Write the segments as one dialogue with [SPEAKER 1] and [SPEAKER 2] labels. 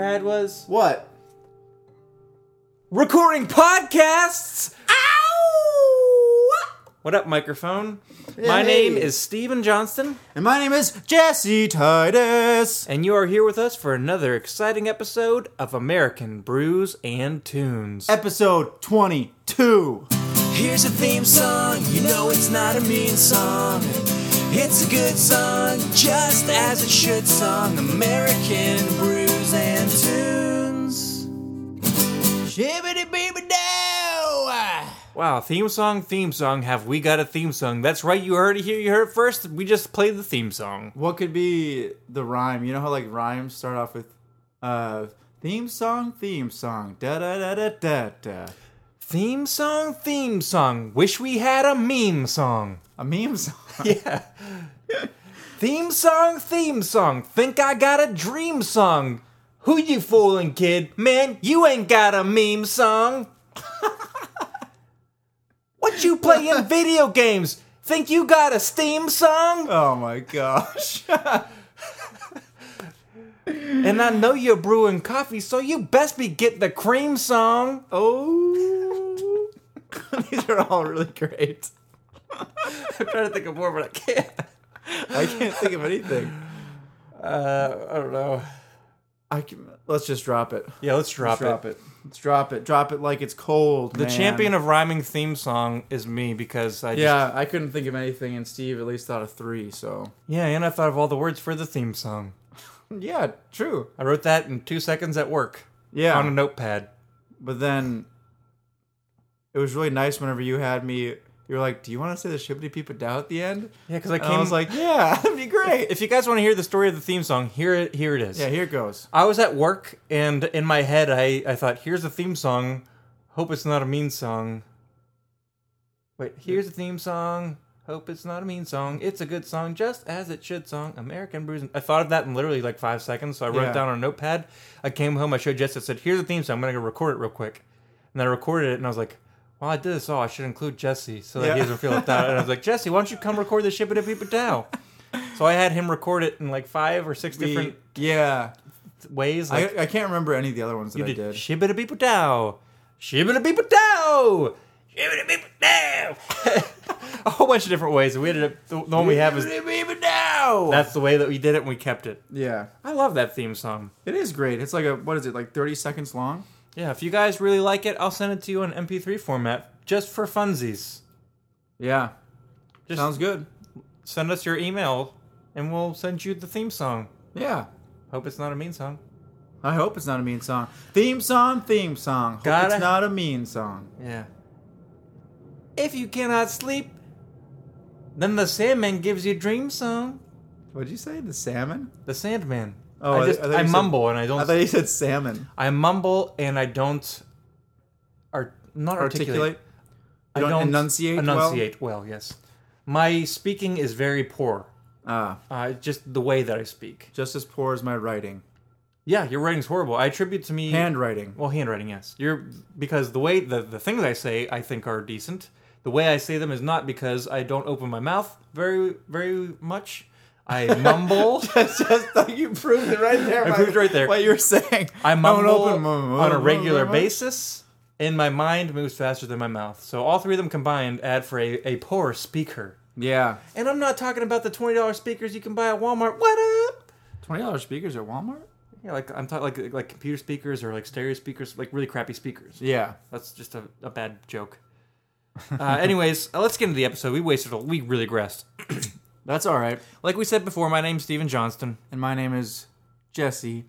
[SPEAKER 1] Yes.
[SPEAKER 2] What?
[SPEAKER 1] Recording podcasts. Ow! What up, microphone? My
[SPEAKER 2] Hey.
[SPEAKER 1] name is Stephen Johnston,
[SPEAKER 2] And my name is Jesse Titus.
[SPEAKER 1] and you are here with us for another exciting episode of American Brews and Tunes.
[SPEAKER 2] Episode 22.
[SPEAKER 3] Here's a theme song, you know it's not a mean song. It's a good song, just as it should song. American brews and tunes.
[SPEAKER 2] Shibbity baby dow.
[SPEAKER 1] Wow, theme song, theme song. Have we got a theme song? That's right, you heard it here, you heard it first. We just played the theme song.
[SPEAKER 2] What could be the rhyme? You know how like rhymes start off with uh theme song, theme song. Da da da da da da.
[SPEAKER 1] Theme song, theme song. Wish we had a meme song.
[SPEAKER 2] A meme song.
[SPEAKER 1] Yeah. theme song, theme song. Think I got a dream song. Who you fooling, kid? Man, you ain't got a meme song. what you playing video games? Think you got a Steam song?
[SPEAKER 2] Oh my gosh.
[SPEAKER 1] And I know you're brewing coffee, so you best be getting the cream song.
[SPEAKER 2] Oh. These are all really great.
[SPEAKER 1] I'm trying to think of more, but I can't.
[SPEAKER 2] I can't think of anything.
[SPEAKER 1] Uh, I don't know.
[SPEAKER 2] I can, let's just drop it.
[SPEAKER 1] Yeah, let's drop,
[SPEAKER 2] Let's drop it. Let's drop it. Drop it like it's cold.
[SPEAKER 1] The champion of rhyming theme song is me because I just
[SPEAKER 2] Yeah, I couldn't think of anything, and Steve at least thought of three. So
[SPEAKER 1] Yeah, and I thought of all the words for the theme song.
[SPEAKER 2] yeah, true.
[SPEAKER 1] I wrote that in two seconds at work
[SPEAKER 2] Yeah,
[SPEAKER 1] on a notepad.
[SPEAKER 2] but then it was really nice whenever you had me. You were like, "Do you want to say the shibbity peep down at the end?"
[SPEAKER 1] Yeah, because I
[SPEAKER 2] And
[SPEAKER 1] came.
[SPEAKER 2] I was like, "Yeah, that'd be great."
[SPEAKER 1] if you guys want to hear the story of the theme song, here it, here it is.
[SPEAKER 2] yeah, here it goes.
[SPEAKER 1] I was at work, and in my head, I, I thought, here's a theme song. Hope it's not a mean song. Wait, here's a theme song. Hope it's not a mean song. It's a good song, just as it should. Song American Brews. I thought of that in literally like five seconds, so I wrote
[SPEAKER 2] Yeah.
[SPEAKER 1] it down on a notepad. I came home, I showed Jess. I said, "Here's the theme song. I'm gonna go record it real quick." And I recorded it, and I was like, "Well, I did this all. I should include Jesse so that
[SPEAKER 2] Yeah.
[SPEAKER 1] he doesn't feel left out." And I was like, "Jesse, why don't you come record the ship at a beep dow?" So I had him record it in like five or six
[SPEAKER 2] We-
[SPEAKER 1] different
[SPEAKER 2] yeah,
[SPEAKER 1] ways. Like,
[SPEAKER 2] I, I can't remember any of the other ones that
[SPEAKER 1] you
[SPEAKER 2] I
[SPEAKER 1] did
[SPEAKER 2] did.
[SPEAKER 1] shibbida beep dow, shibbida beep dow, shibbida beep dow. A whole bunch of different ways. and We ended up the, the one we have is
[SPEAKER 2] Shibbity-beep dow!
[SPEAKER 1] that's the way that we did it and we kept it.
[SPEAKER 2] yeah,
[SPEAKER 1] I love that theme song.
[SPEAKER 2] it is great. It's like a what is it like thirty seconds long?
[SPEAKER 1] Yeah, if you guys really like it, I'll send it to you in MP3 format just for funsies.
[SPEAKER 2] Yeah,
[SPEAKER 1] Just
[SPEAKER 2] sounds good.
[SPEAKER 1] send us your email and we'll send you the theme song.
[SPEAKER 2] Yeah.
[SPEAKER 1] Hope it's not a mean song.
[SPEAKER 2] I hope it's not a mean song. Theme song, theme song. Hope
[SPEAKER 1] Gotta-
[SPEAKER 2] it's not a mean song.
[SPEAKER 1] Yeah. If you cannot sleep, then the Sandman gives you dream song.
[SPEAKER 2] What'd you say? The salmon?
[SPEAKER 1] The Sandman.
[SPEAKER 2] Oh,
[SPEAKER 1] I
[SPEAKER 2] I-
[SPEAKER 1] just
[SPEAKER 2] I thought
[SPEAKER 1] I,
[SPEAKER 2] you said-
[SPEAKER 1] mumble and I don't.
[SPEAKER 2] I thought you said salmon.
[SPEAKER 1] I mumble and I don't. Art, not articulate.
[SPEAKER 2] Articulate.
[SPEAKER 1] I
[SPEAKER 2] don't enunciate well?
[SPEAKER 1] Enunciate well? yes. My speaking is very poor.
[SPEAKER 2] Ah,
[SPEAKER 1] Uh, just the way that I speak.
[SPEAKER 2] just as poor as my writing.
[SPEAKER 1] Yeah, your writing's horrible. I attribute to me
[SPEAKER 2] Handwriting.
[SPEAKER 1] Well, handwriting, yes. You're because the way the the things I say I think are decent. The way I say them is not because I don't open my mouth very very much. I mumble.
[SPEAKER 2] That's just like you proved it right there.
[SPEAKER 1] I
[SPEAKER 2] by
[SPEAKER 1] proved it right there.
[SPEAKER 2] What you were saying.
[SPEAKER 1] I mumble
[SPEAKER 2] open-
[SPEAKER 1] on a regular basis, and my mind moves faster than my mouth. So all three of them combined add for a, a poor speaker.
[SPEAKER 2] Yeah.
[SPEAKER 1] And I'm not talking about the twenty dollars speakers you can buy at Walmart. What up?
[SPEAKER 2] Twenty dollars speakers at Walmart?
[SPEAKER 1] Yeah, like I'm talking like like computer speakers or like stereo speakers, like really crappy speakers.
[SPEAKER 2] Yeah.
[SPEAKER 1] That's just a, a bad joke. Uh, anyways, uh, let's get into the episode. We wasted a we really regressed.
[SPEAKER 2] That's all right.
[SPEAKER 1] Like we said before, my name's Steven Johnston,
[SPEAKER 2] And my name is Jesse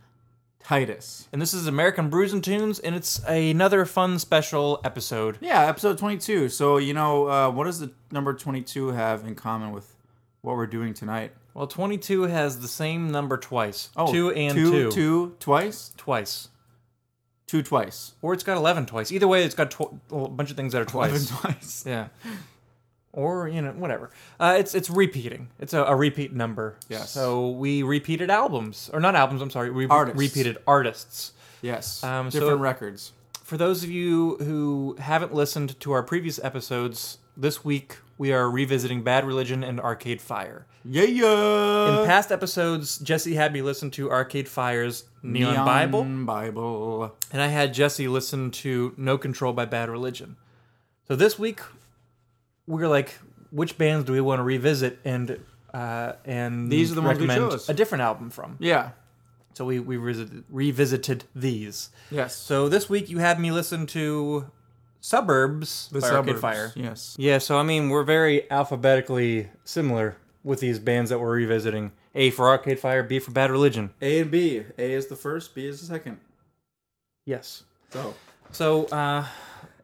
[SPEAKER 2] Titus.
[SPEAKER 1] and this is American Brews and Tunes, and it's another fun special episode.
[SPEAKER 2] Yeah, episode 22. So, you know, uh, what does the number 22 have in common with what we're doing tonight?
[SPEAKER 1] Well, 22 has the same number twice.
[SPEAKER 2] Oh,
[SPEAKER 1] two and
[SPEAKER 2] two,
[SPEAKER 1] two,
[SPEAKER 2] two twice?
[SPEAKER 1] Twice.
[SPEAKER 2] Two twice.
[SPEAKER 1] Or it's got 11 twice. Either way, it's got tw- a bunch of things that are
[SPEAKER 2] Even
[SPEAKER 1] twice.
[SPEAKER 2] twice.
[SPEAKER 1] Yeah. Or, you know, whatever. Uh, it's it's repeating. It's a, a repeat number.
[SPEAKER 2] Yes.
[SPEAKER 1] So we repeated albums. Or not albums, I'm sorry. We re-
[SPEAKER 2] Artists.
[SPEAKER 1] repeated artists.
[SPEAKER 2] Yes.
[SPEAKER 1] Um, so-
[SPEAKER 2] Different records.
[SPEAKER 1] for those of you who haven't listened to our previous episodes, this week we are revisiting Bad Religion and Arcade Fire.
[SPEAKER 2] Yeah, yeah.
[SPEAKER 1] In past episodes, Jesse had me listen to Arcade Fire's Neon, Bible,
[SPEAKER 2] Bible.
[SPEAKER 1] and I had Jesse listen to No Control by Bad Religion. So this week, we are like, which bands do we want to revisit and uh, and
[SPEAKER 2] These are the ones we
[SPEAKER 1] recommend
[SPEAKER 2] chose.
[SPEAKER 1] a different album from?
[SPEAKER 2] Yeah.
[SPEAKER 1] So we we revisited, revisited these.
[SPEAKER 2] Yes.
[SPEAKER 1] So this week you had me listen to Suburbs by Arcade
[SPEAKER 2] Suburbs,
[SPEAKER 1] Fire.
[SPEAKER 2] Yes.
[SPEAKER 1] Yeah, so I mean, we're very alphabetically similar with these bands that we're revisiting. A for Arcade Fire, B for Bad Religion.
[SPEAKER 2] A and B. A is the first. B is the second.
[SPEAKER 1] Yes.
[SPEAKER 2] So.
[SPEAKER 1] So uh,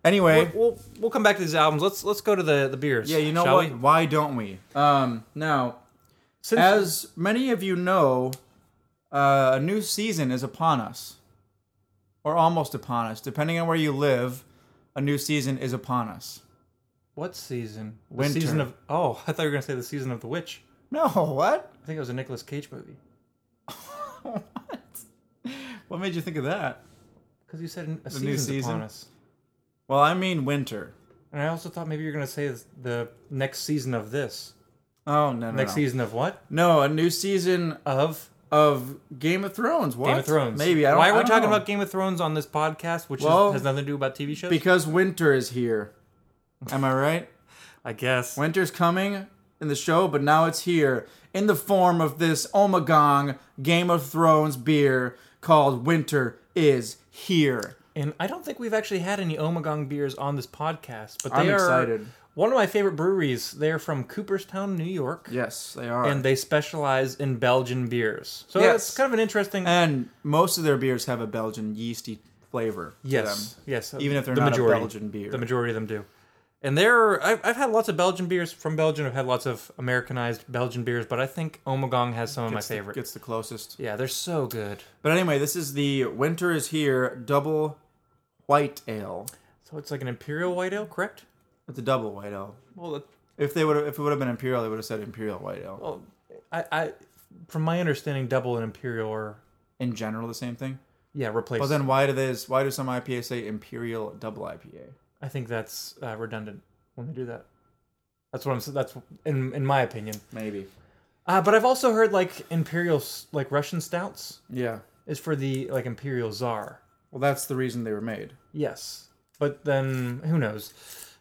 [SPEAKER 2] Anyway.
[SPEAKER 1] we'll we'll come back to these albums. Let's let's go to the the beers.
[SPEAKER 2] Yeah, you know
[SPEAKER 1] shall
[SPEAKER 2] what?
[SPEAKER 1] we?
[SPEAKER 2] Why don't we? Um, now,
[SPEAKER 1] Since,
[SPEAKER 2] as many of you know, uh, a new season is upon us, or almost upon us, depending on where you live. A new season is upon us.
[SPEAKER 1] what season? The
[SPEAKER 2] Winter.
[SPEAKER 1] season of oh, I thought you were gonna say the season of the witch.
[SPEAKER 2] No, what?
[SPEAKER 1] I think it was a Nicolas Cage movie
[SPEAKER 2] what? What made you think of that?
[SPEAKER 1] because you said a
[SPEAKER 2] new
[SPEAKER 1] season's
[SPEAKER 2] season?
[SPEAKER 1] upon us.
[SPEAKER 2] Well, I mean winter.
[SPEAKER 1] And I also thought maybe you were gonna say the next season of this.
[SPEAKER 2] Oh no, no,
[SPEAKER 1] Next
[SPEAKER 2] no.
[SPEAKER 1] season of what?
[SPEAKER 2] No, a new season
[SPEAKER 1] Of
[SPEAKER 2] of Game of Thrones. What?
[SPEAKER 1] Game of Thrones.
[SPEAKER 2] Maybe I don't.
[SPEAKER 1] Why are we
[SPEAKER 2] I don't
[SPEAKER 1] talking
[SPEAKER 2] know.
[SPEAKER 1] about Game of Thrones on this podcast, which
[SPEAKER 2] Well,
[SPEAKER 1] is, has nothing to do about TV shows?
[SPEAKER 2] Because winter is here. Am I right?
[SPEAKER 1] I guess.
[SPEAKER 2] Winter's coming in the show, but now it's here in the form of this Omagong Game of Thrones beer called Winter is Here.
[SPEAKER 1] and I don't think we've actually had any Omagong beers on this podcast, but they
[SPEAKER 2] I'm
[SPEAKER 1] are
[SPEAKER 2] excited.
[SPEAKER 1] one of my favorite breweries. They're from Cooperstown, New York,
[SPEAKER 2] Yes, they are.
[SPEAKER 1] and
[SPEAKER 2] And,
[SPEAKER 1] they specialize in Belgian beers. So
[SPEAKER 2] Yes.
[SPEAKER 1] it's kind of an interesting.
[SPEAKER 2] most of their beers have a Belgian yeasty flavor. to
[SPEAKER 1] yes,
[SPEAKER 2] them,
[SPEAKER 1] yes. uh,
[SPEAKER 2] even if they're
[SPEAKER 1] the
[SPEAKER 2] not
[SPEAKER 1] majority,
[SPEAKER 2] a Belgian beer.
[SPEAKER 1] the majority of them do. And there, I've, I've had lots of Belgian beers from Belgium. I've had lots of Americanized Belgian beers, but I think Omagong has some of my
[SPEAKER 2] It's the-
[SPEAKER 1] favorite.
[SPEAKER 2] It's the closest.
[SPEAKER 1] yeah, they're so good.
[SPEAKER 2] But anyway, this is the Winter is Here double white ale.
[SPEAKER 1] So it's like an imperial white ale, correct?
[SPEAKER 2] It's a double white ale.
[SPEAKER 1] Well, that-
[SPEAKER 2] If they would have, if it would have been imperial, they would have said imperial white ale.
[SPEAKER 1] well, I, I, from my understanding, double and imperial are
[SPEAKER 2] In general, the same thing.
[SPEAKER 1] yeah replace.
[SPEAKER 2] Well, then why do they? Why do some IPA say Imperial Double IPA?
[SPEAKER 1] I think that's uh, redundant when they do that. That's what I'm. s- That's in in my opinion.
[SPEAKER 2] Maybe.
[SPEAKER 1] Uh, but I've also heard like imperial, s- like Russian stouts,
[SPEAKER 2] Yeah.
[SPEAKER 1] is for the like imperial czar.
[SPEAKER 2] Well, that's the reason they were made.
[SPEAKER 1] Yes, but then who knows?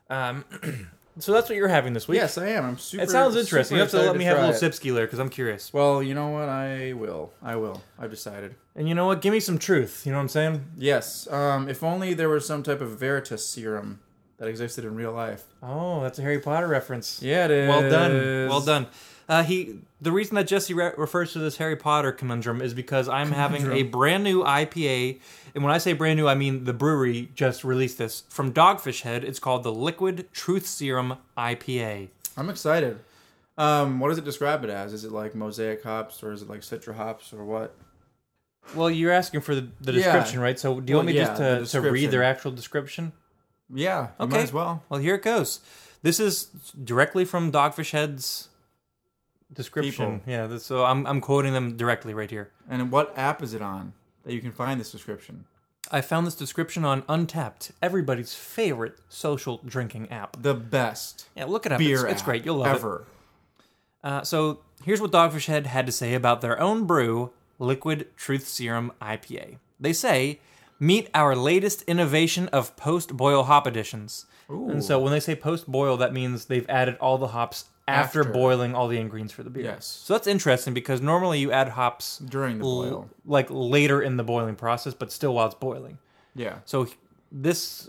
[SPEAKER 1] Um, so that's what you're having this week.
[SPEAKER 2] Yes, I am. I'm super.
[SPEAKER 1] it sounds interesting.
[SPEAKER 2] super
[SPEAKER 1] You have to
[SPEAKER 2] excited
[SPEAKER 1] let me have a
[SPEAKER 2] try
[SPEAKER 1] little
[SPEAKER 2] it.
[SPEAKER 1] sipski there because I'm curious.
[SPEAKER 2] Well, you know what? I will. I will. I've decided.
[SPEAKER 1] And you know what? Give me some truth. You know what I'm saying?
[SPEAKER 2] Yes. Um. If only there was some type of Veritas serum that existed in real life.
[SPEAKER 1] Oh, that's a Harry Potter reference.
[SPEAKER 2] Yeah, it is.
[SPEAKER 1] Well done. Well done. Uh, he. The reason that Jesse re- refers to this Harry Potter conundrum is because I'm having a brand new IPA, and when I say brand new, I mean the brewery just released this from Dogfish Head. It's called the Liquid Truth Serum IPA.
[SPEAKER 2] I'm excited. Um. What does it describe it as? Is it like mosaic hops, or is it like citra hops, or what?
[SPEAKER 1] Well, you're asking for the, the
[SPEAKER 2] Yeah.
[SPEAKER 1] description, right? So, do you want
[SPEAKER 2] Well,
[SPEAKER 1] me
[SPEAKER 2] yeah,
[SPEAKER 1] just
[SPEAKER 2] the
[SPEAKER 1] to, to read
[SPEAKER 2] description.
[SPEAKER 1] their actual description?
[SPEAKER 2] Yeah. You
[SPEAKER 1] Okay.
[SPEAKER 2] Might as well.
[SPEAKER 1] Well, here it goes. This is directly from Dogfish Head's description.
[SPEAKER 2] People.
[SPEAKER 1] Yeah, this, so I'm, I'm quoting them directly right here.
[SPEAKER 2] And what app is it on that you can find this description?
[SPEAKER 1] I found this description on Untapped, everybody's favorite social drinking app.
[SPEAKER 2] The best.
[SPEAKER 1] Yeah, look it up.
[SPEAKER 2] beer
[SPEAKER 1] it's, it's
[SPEAKER 2] app
[SPEAKER 1] great. You'll love
[SPEAKER 2] ever.
[SPEAKER 1] it. Uh, so here's what Dogfish Head had to say about their own brew, Liquid Truth Serum IPA. They say, "Meet our latest innovation of post boil hop additions." And so when they say post boil, that means they've added all the hops after,
[SPEAKER 2] After.
[SPEAKER 1] boiling all the ingredients for the beer.
[SPEAKER 2] Yes.
[SPEAKER 1] So that's interesting because normally you add hops
[SPEAKER 2] During the boil.
[SPEAKER 1] like later in the boiling process, but still while it's boiling.
[SPEAKER 2] Yeah.
[SPEAKER 1] So he- this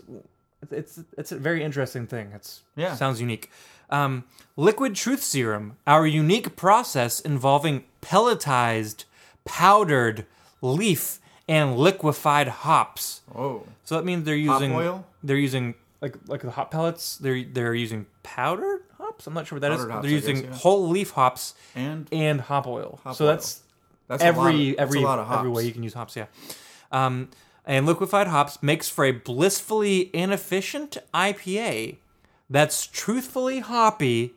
[SPEAKER 1] it's it's a very interesting thing. It's
[SPEAKER 2] Yeah.
[SPEAKER 1] sounds unique. Um, liquid truth serum, our unique process involving pelletized, powdered, leaf, and liquefied hops.
[SPEAKER 2] Oh.
[SPEAKER 1] So that means they're using
[SPEAKER 2] oil?
[SPEAKER 1] They're using like like the hop pellets. They're they're using powdered hops. I'm not sure what that is.
[SPEAKER 2] Powdered hops,
[SPEAKER 1] they're
[SPEAKER 2] I
[SPEAKER 1] using
[SPEAKER 2] guess, yeah.
[SPEAKER 1] whole leaf hops
[SPEAKER 2] And
[SPEAKER 1] and hop oil.
[SPEAKER 2] Hop
[SPEAKER 1] so
[SPEAKER 2] oil.
[SPEAKER 1] that's
[SPEAKER 2] that's a lot of-
[SPEAKER 1] every
[SPEAKER 2] that's
[SPEAKER 1] every
[SPEAKER 2] a lot of hops.
[SPEAKER 1] every way you can use hops. Yeah, um, and liquefied hops makes for a blissfully inefficient IPA that's truthfully hoppy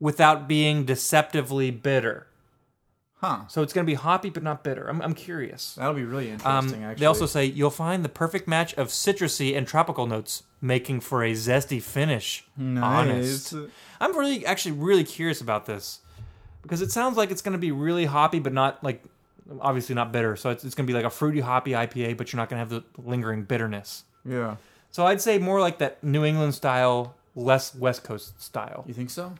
[SPEAKER 1] without being deceptively bitter.
[SPEAKER 2] Huh.
[SPEAKER 1] So it's going to be hoppy but not bitter. I'm, I'm curious.
[SPEAKER 2] That'll be really
[SPEAKER 1] Um,
[SPEAKER 2] interesting. actually,
[SPEAKER 1] they also say you'll find the perfect match of citrusy and tropical notes, making for a zesty finish. Honest.
[SPEAKER 2] Nice.
[SPEAKER 1] I'm really, actually, really curious about this because it sounds like it's going to be really hoppy, but not like obviously not bitter. So it's, it's going to be like a fruity hoppy IPA, but you're not going to have the lingering bitterness.
[SPEAKER 2] Yeah.
[SPEAKER 1] So I'd say more like that New England style, less West Coast style.
[SPEAKER 2] You think so?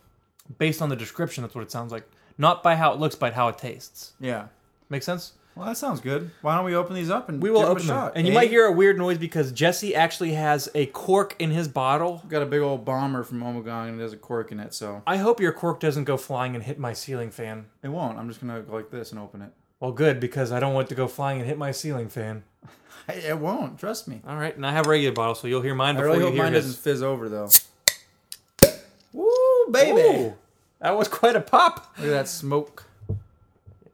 [SPEAKER 1] Based on the description, that's what it sounds like. Not by how it looks, but how it tastes.
[SPEAKER 2] Yeah.
[SPEAKER 1] Make sense?
[SPEAKER 2] Well, that sounds good. Why don't we open these up and
[SPEAKER 1] We will
[SPEAKER 2] give
[SPEAKER 1] open
[SPEAKER 2] them a
[SPEAKER 1] them.
[SPEAKER 2] shot?
[SPEAKER 1] And you
[SPEAKER 2] eh?
[SPEAKER 1] might hear a weird noise because Jesse actually has a cork in his bottle.
[SPEAKER 2] got a big old bomber from Omagong and it has a cork in it, so
[SPEAKER 1] I hope your cork doesn't go flying and hit my ceiling fan.
[SPEAKER 2] it won't. I'm just gonna go like this and open it.
[SPEAKER 1] Well, good, because I don't want it to go flying and hit my ceiling fan.
[SPEAKER 2] Hey, It won't. Trust me.
[SPEAKER 1] All right, and I have a regular bottle, so you'll hear mine
[SPEAKER 2] I
[SPEAKER 1] before
[SPEAKER 2] really
[SPEAKER 1] you
[SPEAKER 2] hope
[SPEAKER 1] hear
[SPEAKER 2] mine
[SPEAKER 1] his.
[SPEAKER 2] doesn't fizz over though. Woo, baby!
[SPEAKER 1] Ooh, that was quite a pop.
[SPEAKER 2] Look at that smoke.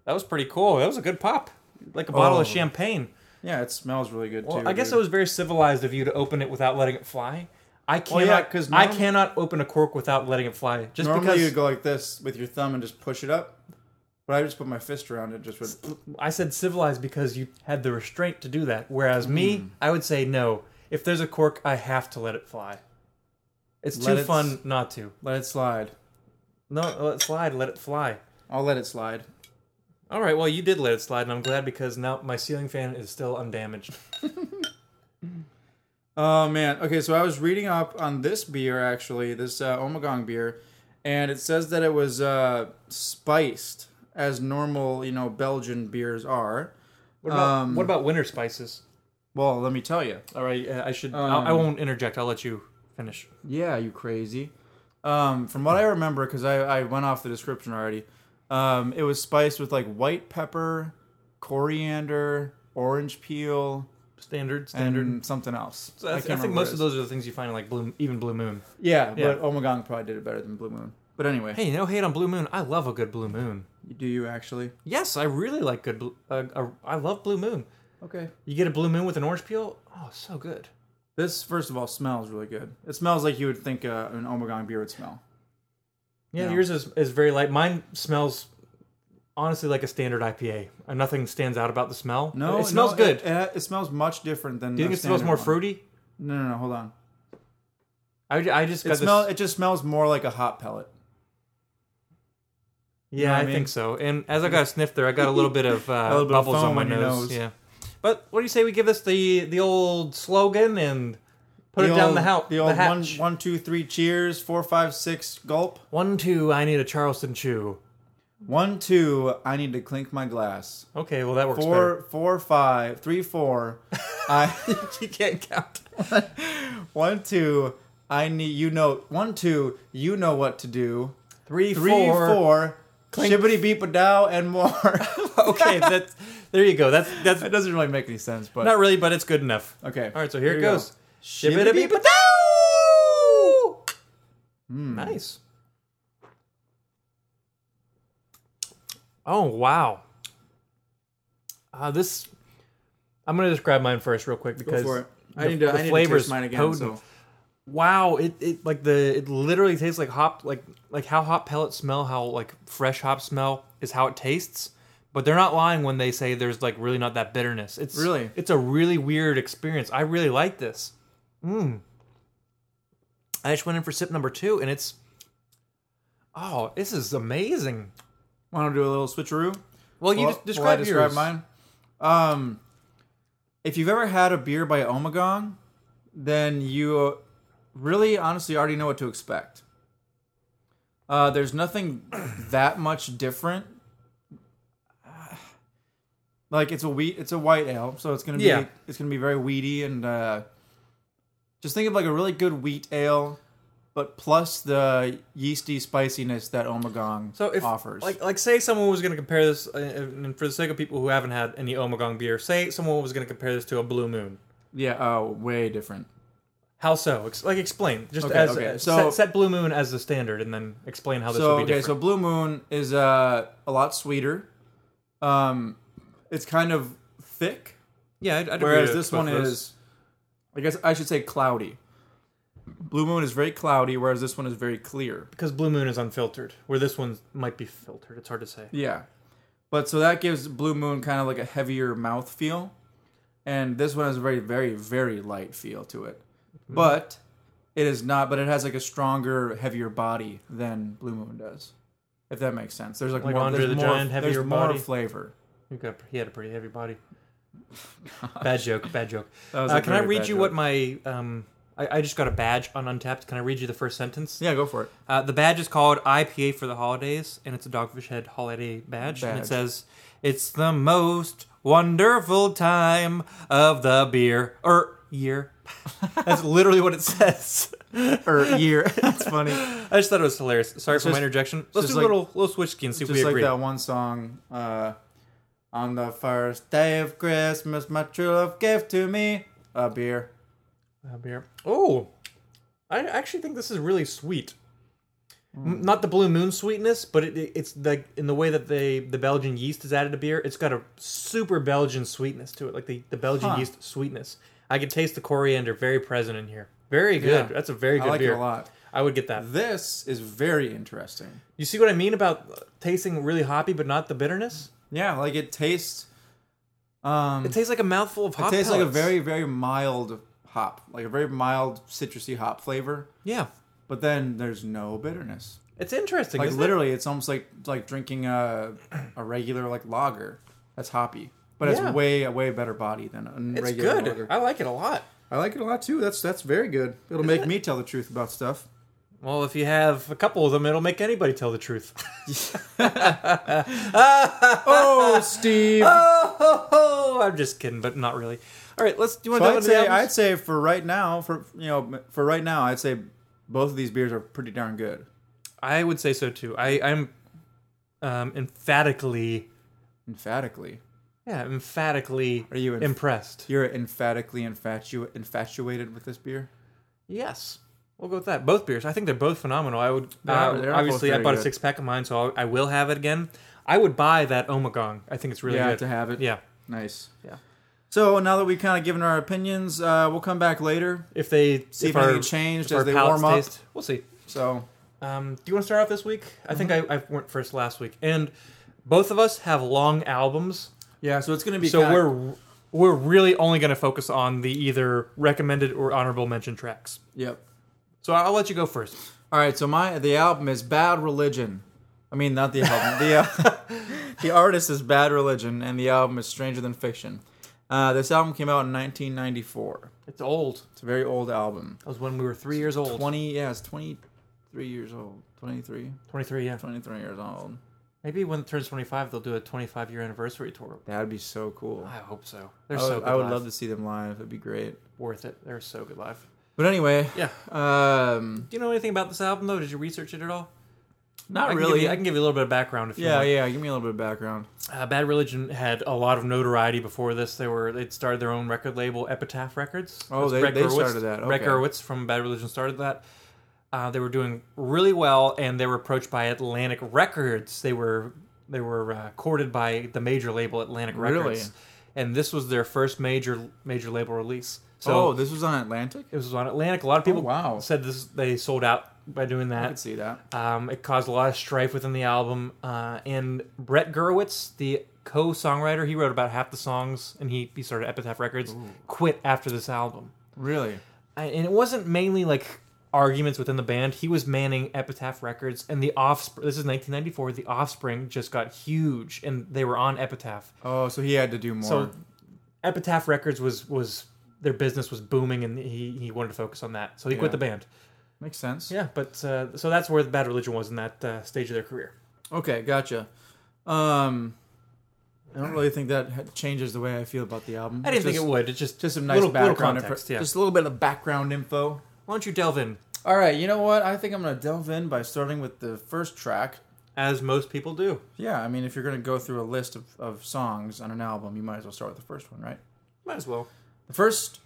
[SPEAKER 1] That was pretty cool. That was a good pop, like a bottle of
[SPEAKER 2] Oh.
[SPEAKER 1] champagne.
[SPEAKER 2] Yeah, it smells really good
[SPEAKER 1] Well,
[SPEAKER 2] too.
[SPEAKER 1] I guess
[SPEAKER 2] dude.
[SPEAKER 1] it was very civilized of you to open it without letting it fly. I
[SPEAKER 2] Well, yeah,
[SPEAKER 1] cannot,
[SPEAKER 2] 'cause
[SPEAKER 1] I
[SPEAKER 2] norm-
[SPEAKER 1] cannot open a cork without letting it fly. Just
[SPEAKER 2] Normally
[SPEAKER 1] because
[SPEAKER 2] you go like this with your thumb and just push it up, but I just put my fist around it. Just with
[SPEAKER 1] I said civilized because you had the restraint to do that. Whereas
[SPEAKER 2] Hmm.
[SPEAKER 1] me, I would say no. If there's a cork, I have to let it fly. It's
[SPEAKER 2] Let
[SPEAKER 1] too
[SPEAKER 2] it
[SPEAKER 1] fun
[SPEAKER 2] s-
[SPEAKER 1] not to.
[SPEAKER 2] let it slide.
[SPEAKER 1] No, let it slide. Let it fly.
[SPEAKER 2] I'll let it slide.
[SPEAKER 1] All right. Well, you did let it slide, and I'm glad because now my ceiling fan is still undamaged.
[SPEAKER 2] Oh man. Okay, so I was reading up on this beer actually, this uh, Omagong beer, and it says that it was uh, spiced as normal, you know, Belgian beers are.
[SPEAKER 1] What about,
[SPEAKER 2] Um,
[SPEAKER 1] what about winter spices?
[SPEAKER 2] Well, let me tell you.
[SPEAKER 1] All right. Uh, I should.
[SPEAKER 2] Um,
[SPEAKER 1] I, I won't interject. I'll let you finish.
[SPEAKER 2] Yeah, you crazy. Um, from what I remember, because I, I went off the description already, um, it was spiced with like white pepper, coriander, orange peel,
[SPEAKER 1] Standard. Standard.
[SPEAKER 2] and something else.
[SPEAKER 1] So I, th- I think most of those are the things you find in like blue, even Blue Moon.
[SPEAKER 2] Yeah,
[SPEAKER 1] Yeah.
[SPEAKER 2] but Omagong probably did it better than Blue Moon. But anyway,
[SPEAKER 1] Hey, no hate on Blue Moon. I love a good Blue Moon.
[SPEAKER 2] do you actually?
[SPEAKER 1] Yes, I really like good. Blue, uh, uh, I love Blue Moon.
[SPEAKER 2] Okay.
[SPEAKER 1] You get a blue moon with an orange peel. Oh, so good.
[SPEAKER 2] This first of all smells really good. It smells like you would think uh, an Omagong beer would smell.
[SPEAKER 1] Yeah,
[SPEAKER 2] Yeah.
[SPEAKER 1] yours is, is very light. Mine smells honestly like a standard IPA. Uh, Nothing stands out about the smell.
[SPEAKER 2] No,
[SPEAKER 1] it smells
[SPEAKER 2] no,
[SPEAKER 1] good.
[SPEAKER 2] It, it, it smells much different than.
[SPEAKER 1] Do you
[SPEAKER 2] the
[SPEAKER 1] think it smells
[SPEAKER 2] standard
[SPEAKER 1] more
[SPEAKER 2] one.
[SPEAKER 1] fruity?
[SPEAKER 2] No, no, no. Hold on.
[SPEAKER 1] I, I just
[SPEAKER 2] It
[SPEAKER 1] got
[SPEAKER 2] smell.
[SPEAKER 1] this.
[SPEAKER 2] It just smells more like a hot pellet.
[SPEAKER 1] Yeah,
[SPEAKER 2] know what
[SPEAKER 1] I
[SPEAKER 2] I mean?
[SPEAKER 1] think so. And as I got a sniff there, I got a little bit of uh,
[SPEAKER 2] little bit of
[SPEAKER 1] bubbles on
[SPEAKER 2] foam
[SPEAKER 1] my
[SPEAKER 2] on your
[SPEAKER 1] nose.
[SPEAKER 2] nose.
[SPEAKER 1] Yeah, but what do you say we give this the the old slogan and put it
[SPEAKER 2] The
[SPEAKER 1] down
[SPEAKER 2] old-
[SPEAKER 1] the house?
[SPEAKER 2] The old one,
[SPEAKER 1] hatch.
[SPEAKER 2] one, two, three, cheers. Four, five, six, gulp.
[SPEAKER 1] One, two. I need a Charleston chew.
[SPEAKER 2] One, two. I need to clink my glass.
[SPEAKER 1] Okay, well that works. better.
[SPEAKER 2] Four, four, five, three, four. I
[SPEAKER 1] you can't count.
[SPEAKER 2] one, two. I need you know one, two. You know what to do.
[SPEAKER 1] Three,
[SPEAKER 2] Three, four.
[SPEAKER 1] four.
[SPEAKER 2] Clink. Shibbity beep a dow and more.
[SPEAKER 1] okay, that's there you go. That's that's
[SPEAKER 2] that doesn't really make any sense, but
[SPEAKER 1] not really, but it's good enough.
[SPEAKER 2] okay.
[SPEAKER 1] All right, so here, it
[SPEAKER 2] we go.
[SPEAKER 1] goes.
[SPEAKER 2] Shibbity beep a
[SPEAKER 1] Shibbity-beep-a-doo! Hmm. Nice. Oh wow. Uh, this I'm gonna describe mine first real quick
[SPEAKER 2] Go
[SPEAKER 1] because
[SPEAKER 2] for it. I
[SPEAKER 1] the-
[SPEAKER 2] need to.
[SPEAKER 1] the
[SPEAKER 2] I need to
[SPEAKER 1] flavor's
[SPEAKER 2] taste mine again.
[SPEAKER 1] potent.
[SPEAKER 2] So
[SPEAKER 1] Wow, it, it like the it literally tastes like hop like like how hop pellets smell, how like fresh hop smell is how it tastes. But they're not lying when they say there's like really not that bitterness. It's
[SPEAKER 2] Really?
[SPEAKER 1] it's a really weird experience. I really like this. Mmm. I just went in for sip number two and it's Oh, this is amazing.
[SPEAKER 2] want to do a little switcheroo?
[SPEAKER 1] Well, you
[SPEAKER 2] Well,
[SPEAKER 1] just
[SPEAKER 2] will I
[SPEAKER 1] describe
[SPEAKER 2] describe
[SPEAKER 1] yours.
[SPEAKER 2] mine. Um, if you've ever had a beer by Omagong, then you uh, really, honestly, already know what to expect. Uh, there's nothing that much different. Like it's a wheat, it's a white ale, so it's gonna be
[SPEAKER 1] Yeah.
[SPEAKER 2] it's gonna be very weedy and uh, just think of like a really good wheat ale, but plus the yeasty spiciness that Omagong
[SPEAKER 1] So if
[SPEAKER 2] offers.
[SPEAKER 1] like like say someone was going to compare this, uh, and for the sake of people who haven't had any Omagong beer, say someone was going to compare this to a Blue Moon.
[SPEAKER 2] yeah, oh, way different.
[SPEAKER 1] How so? Ex- like explain. Just
[SPEAKER 2] Okay,
[SPEAKER 1] as
[SPEAKER 2] okay.
[SPEAKER 1] uh,
[SPEAKER 2] So-
[SPEAKER 1] set, set Blue Moon as the standard, and then explain how this
[SPEAKER 2] so
[SPEAKER 1] would be
[SPEAKER 2] okay,
[SPEAKER 1] different.
[SPEAKER 2] so Blue Moon is uh, a lot sweeter. Um, it's kind of thick,
[SPEAKER 1] yeah, I'd, I'd agree
[SPEAKER 2] whereas
[SPEAKER 1] with
[SPEAKER 2] this
[SPEAKER 1] both
[SPEAKER 2] one
[SPEAKER 1] of those.
[SPEAKER 2] is, I guess I should say cloudy. Blue Moon is very cloudy, whereas this one is very clear.
[SPEAKER 1] because Blue Moon is unfiltered, where this one might be filtered. It's hard to say.
[SPEAKER 2] Yeah. But so that gives Blue Moon kind of like a heavier mouth feel. And this one has a very, very, very light feel to it.
[SPEAKER 1] Mm-hmm.
[SPEAKER 2] But it is not, but it has like a stronger, heavier body than Blue Moon does. If that makes sense. There's like,
[SPEAKER 1] Like
[SPEAKER 2] more,
[SPEAKER 1] Andre
[SPEAKER 2] there's
[SPEAKER 1] the
[SPEAKER 2] more,
[SPEAKER 1] Giant,
[SPEAKER 2] there's
[SPEAKER 1] heavier
[SPEAKER 2] more
[SPEAKER 1] body?
[SPEAKER 2] flavor.
[SPEAKER 1] You got, he had a pretty heavy body. bad joke. Bad joke.
[SPEAKER 2] That was
[SPEAKER 1] Uh,
[SPEAKER 2] a
[SPEAKER 1] can I
[SPEAKER 2] very
[SPEAKER 1] read
[SPEAKER 2] bad
[SPEAKER 1] you
[SPEAKER 2] joke.
[SPEAKER 1] what my? Um, I, I just got a badge on Untapped. Can I read you the first sentence?
[SPEAKER 2] Yeah, go for it.
[SPEAKER 1] Uh, the badge is called IPA for the holidays, and it's a Dogfish Head holiday badge, and it
[SPEAKER 2] Badge.
[SPEAKER 1] says, "It's the most wonderful time of the beer or year." That's literally what it says.
[SPEAKER 2] Or year. It's funny.
[SPEAKER 1] I just thought it was hilarious. Sorry for
[SPEAKER 2] just-
[SPEAKER 1] my interjection. Let's
[SPEAKER 2] just
[SPEAKER 1] do a
[SPEAKER 2] like-
[SPEAKER 1] little little switch key and see if we
[SPEAKER 2] Just like
[SPEAKER 1] agree.
[SPEAKER 2] that one song, uh, on the first day of Christmas, my true love gave to me a beer.
[SPEAKER 1] Uh, beer. Oh, I actually think this is really sweet.
[SPEAKER 2] Mm.
[SPEAKER 1] M- Not the blue moon sweetness, but it, it- it's like in the way that they the Belgian yeast is added to beer. It's got a super Belgian sweetness to it, like the the Belgian
[SPEAKER 2] Huh.
[SPEAKER 1] yeast sweetness. I could taste the coriander very present in here. Very good.
[SPEAKER 2] Yeah.
[SPEAKER 1] That's a very
[SPEAKER 2] I
[SPEAKER 1] good
[SPEAKER 2] like
[SPEAKER 1] beer.
[SPEAKER 2] it a lot.
[SPEAKER 1] I would get that.
[SPEAKER 2] This is very interesting.
[SPEAKER 1] You see what I mean about tasting really hoppy, but not the bitterness.
[SPEAKER 2] Yeah, like it tastes. Um,
[SPEAKER 1] It
[SPEAKER 2] it,
[SPEAKER 1] tastes like a mouthful of hop.
[SPEAKER 2] tastes like a
[SPEAKER 1] pellets.
[SPEAKER 2] very very mild hop, like a very mild citrusy hop flavor.
[SPEAKER 1] yeah.
[SPEAKER 2] But then there's no bitterness.
[SPEAKER 1] It's interesting.
[SPEAKER 2] Like
[SPEAKER 1] isn't it?
[SPEAKER 2] literally, it's almost like like drinking a a regular like lager that's hoppy, but
[SPEAKER 1] Yeah.
[SPEAKER 2] it's way a way better body than a
[SPEAKER 1] it's
[SPEAKER 2] regular
[SPEAKER 1] good.
[SPEAKER 2] lager.
[SPEAKER 1] I like it a lot.
[SPEAKER 2] I like it a lot too. That's that's very good. It'll make me tell the truth about stuff.
[SPEAKER 1] Well, if you have a couple of them, it'll make anybody tell the truth.
[SPEAKER 2] Oh, Steve.
[SPEAKER 1] Oh, ho, ho. I'm just kidding, but not really. All right, let's. Do you want
[SPEAKER 2] So
[SPEAKER 1] to dive
[SPEAKER 2] I'd
[SPEAKER 1] into the
[SPEAKER 2] say
[SPEAKER 1] albums?
[SPEAKER 2] I'd say for right now, for you know, for right now, I'd say both of these beers are pretty darn good.
[SPEAKER 1] I would say so too. I, I'm um, emphatically,
[SPEAKER 2] Emphatically,
[SPEAKER 1] yeah, emphatically
[SPEAKER 2] Are you in-
[SPEAKER 1] impressed.
[SPEAKER 2] you're emphatically infatu- infatuated with this beer.
[SPEAKER 1] Yes, we'll go with that. Both beers. I think they're both phenomenal. I would
[SPEAKER 2] They are-
[SPEAKER 1] uh,
[SPEAKER 2] they are both
[SPEAKER 1] obviously. I
[SPEAKER 2] very
[SPEAKER 1] bought a
[SPEAKER 2] good.
[SPEAKER 1] six pack of mine, so I I will have it again. I would buy that Omagong. I think it's really
[SPEAKER 2] yeah,
[SPEAKER 1] good
[SPEAKER 2] to have it.
[SPEAKER 1] Yeah,
[SPEAKER 2] nice.
[SPEAKER 1] Yeah.
[SPEAKER 2] So now that we've kind of given our opinions, uh, we'll come back later.
[SPEAKER 1] if they
[SPEAKER 2] See if,
[SPEAKER 1] our,
[SPEAKER 2] anything changed
[SPEAKER 1] if our
[SPEAKER 2] as they
[SPEAKER 1] palates
[SPEAKER 2] warm up.
[SPEAKER 1] taste, we'll see.
[SPEAKER 2] So
[SPEAKER 1] Um, do you want to start off this week? I think I, I went first last week, and both of us have long albums.
[SPEAKER 2] yeah, so it's gonna be
[SPEAKER 1] So
[SPEAKER 2] kinda-
[SPEAKER 1] we're we're really only going to focus on the either recommended or honorable mention tracks.
[SPEAKER 2] yep.
[SPEAKER 1] So I'll let you go first.
[SPEAKER 2] All right, so my the album is Bad Religion. I mean, not the album. the uh, the artist is Bad Religion, and the album is Stranger Than Fiction. Uh, this album came out in 1994.
[SPEAKER 1] It's old.
[SPEAKER 2] It's a very old album.
[SPEAKER 1] That was when we were three years old.
[SPEAKER 2] 20, yeah, it's 23 years old. 23,
[SPEAKER 1] Twenty-three, yeah.
[SPEAKER 2] 23 years old.
[SPEAKER 1] Maybe when it turns twenty-five, they'll do a twenty-five year anniversary tour.
[SPEAKER 2] That would be so cool.
[SPEAKER 1] I
[SPEAKER 2] I
[SPEAKER 1] hope so. Ah, They're
[SPEAKER 2] would,
[SPEAKER 1] so. Good
[SPEAKER 2] I would
[SPEAKER 1] live.
[SPEAKER 2] love to see them live. It'd be great.
[SPEAKER 1] Worth it. They're so good live.
[SPEAKER 2] But anyway,
[SPEAKER 1] Yeah.
[SPEAKER 2] um,
[SPEAKER 1] Do you know anything about this album though? Did you research it at all?
[SPEAKER 2] not
[SPEAKER 1] I can give
[SPEAKER 2] really.
[SPEAKER 1] you- I can give you a little bit of background if you
[SPEAKER 2] yeah,
[SPEAKER 1] want.
[SPEAKER 2] yeah. Give me a little bit of background.
[SPEAKER 1] Uh, Bad Religion had a lot of notoriety before this. They were they started their own record label, Epitaph Records.
[SPEAKER 2] Oh,
[SPEAKER 1] That's
[SPEAKER 2] they-
[SPEAKER 1] Greg
[SPEAKER 2] they
[SPEAKER 1] Gurewitz.
[SPEAKER 2] started that,
[SPEAKER 1] Greg
[SPEAKER 2] okay.
[SPEAKER 1] Gurewitz from Bad Religion started that. Uh, they were doing really well, and they were approached by Atlantic Records. They were they were uh, courted by the major label Atlantic
[SPEAKER 2] Really?
[SPEAKER 1] Records, and this was their first major major label release. So
[SPEAKER 2] oh, this was on Atlantic.
[SPEAKER 1] it was on Atlantic. A lot of people
[SPEAKER 2] wow.
[SPEAKER 1] said this they sold out by doing
[SPEAKER 2] I
[SPEAKER 1] that.
[SPEAKER 2] could see that.
[SPEAKER 1] Um, it caused a lot of strife within the album. Uh, and Brett Gurewitz, the co-songwriter, he wrote about half the songs, and he he started Epitaph Records. Quit after this album,
[SPEAKER 2] Really.
[SPEAKER 1] I, and it wasn't mainly like arguments within the band. He was manning Epitaph Records, and the Offspring. This is 1994. The Offspring just got huge, and they were on Epitaph.
[SPEAKER 2] Oh, so he had to do more.
[SPEAKER 1] So Epitaph Records was was their business was booming, and he he wanted to focus on that. So he quit
[SPEAKER 2] Yeah.
[SPEAKER 1] the band.
[SPEAKER 2] Makes sense.
[SPEAKER 1] Yeah, but uh, so that's where the Bad Religion was in that uh, stage of their career.
[SPEAKER 2] Okay, gotcha. Um, I don't really think that ha- changes the way I feel about the album.
[SPEAKER 1] I didn't think
[SPEAKER 2] Just-
[SPEAKER 1] it would. It's just
[SPEAKER 2] Just some nice background info.
[SPEAKER 1] yeah.
[SPEAKER 2] Just a little bit of background info.
[SPEAKER 1] Why don't you delve in,
[SPEAKER 2] All right, you know what? I think I'm gonna delve in by starting with the first track.
[SPEAKER 1] as most people do?
[SPEAKER 2] Yeah, I mean, if you're gonna go through a list of, of songs on an album, you might as well start with the first one, right?
[SPEAKER 1] Might as well.
[SPEAKER 2] The first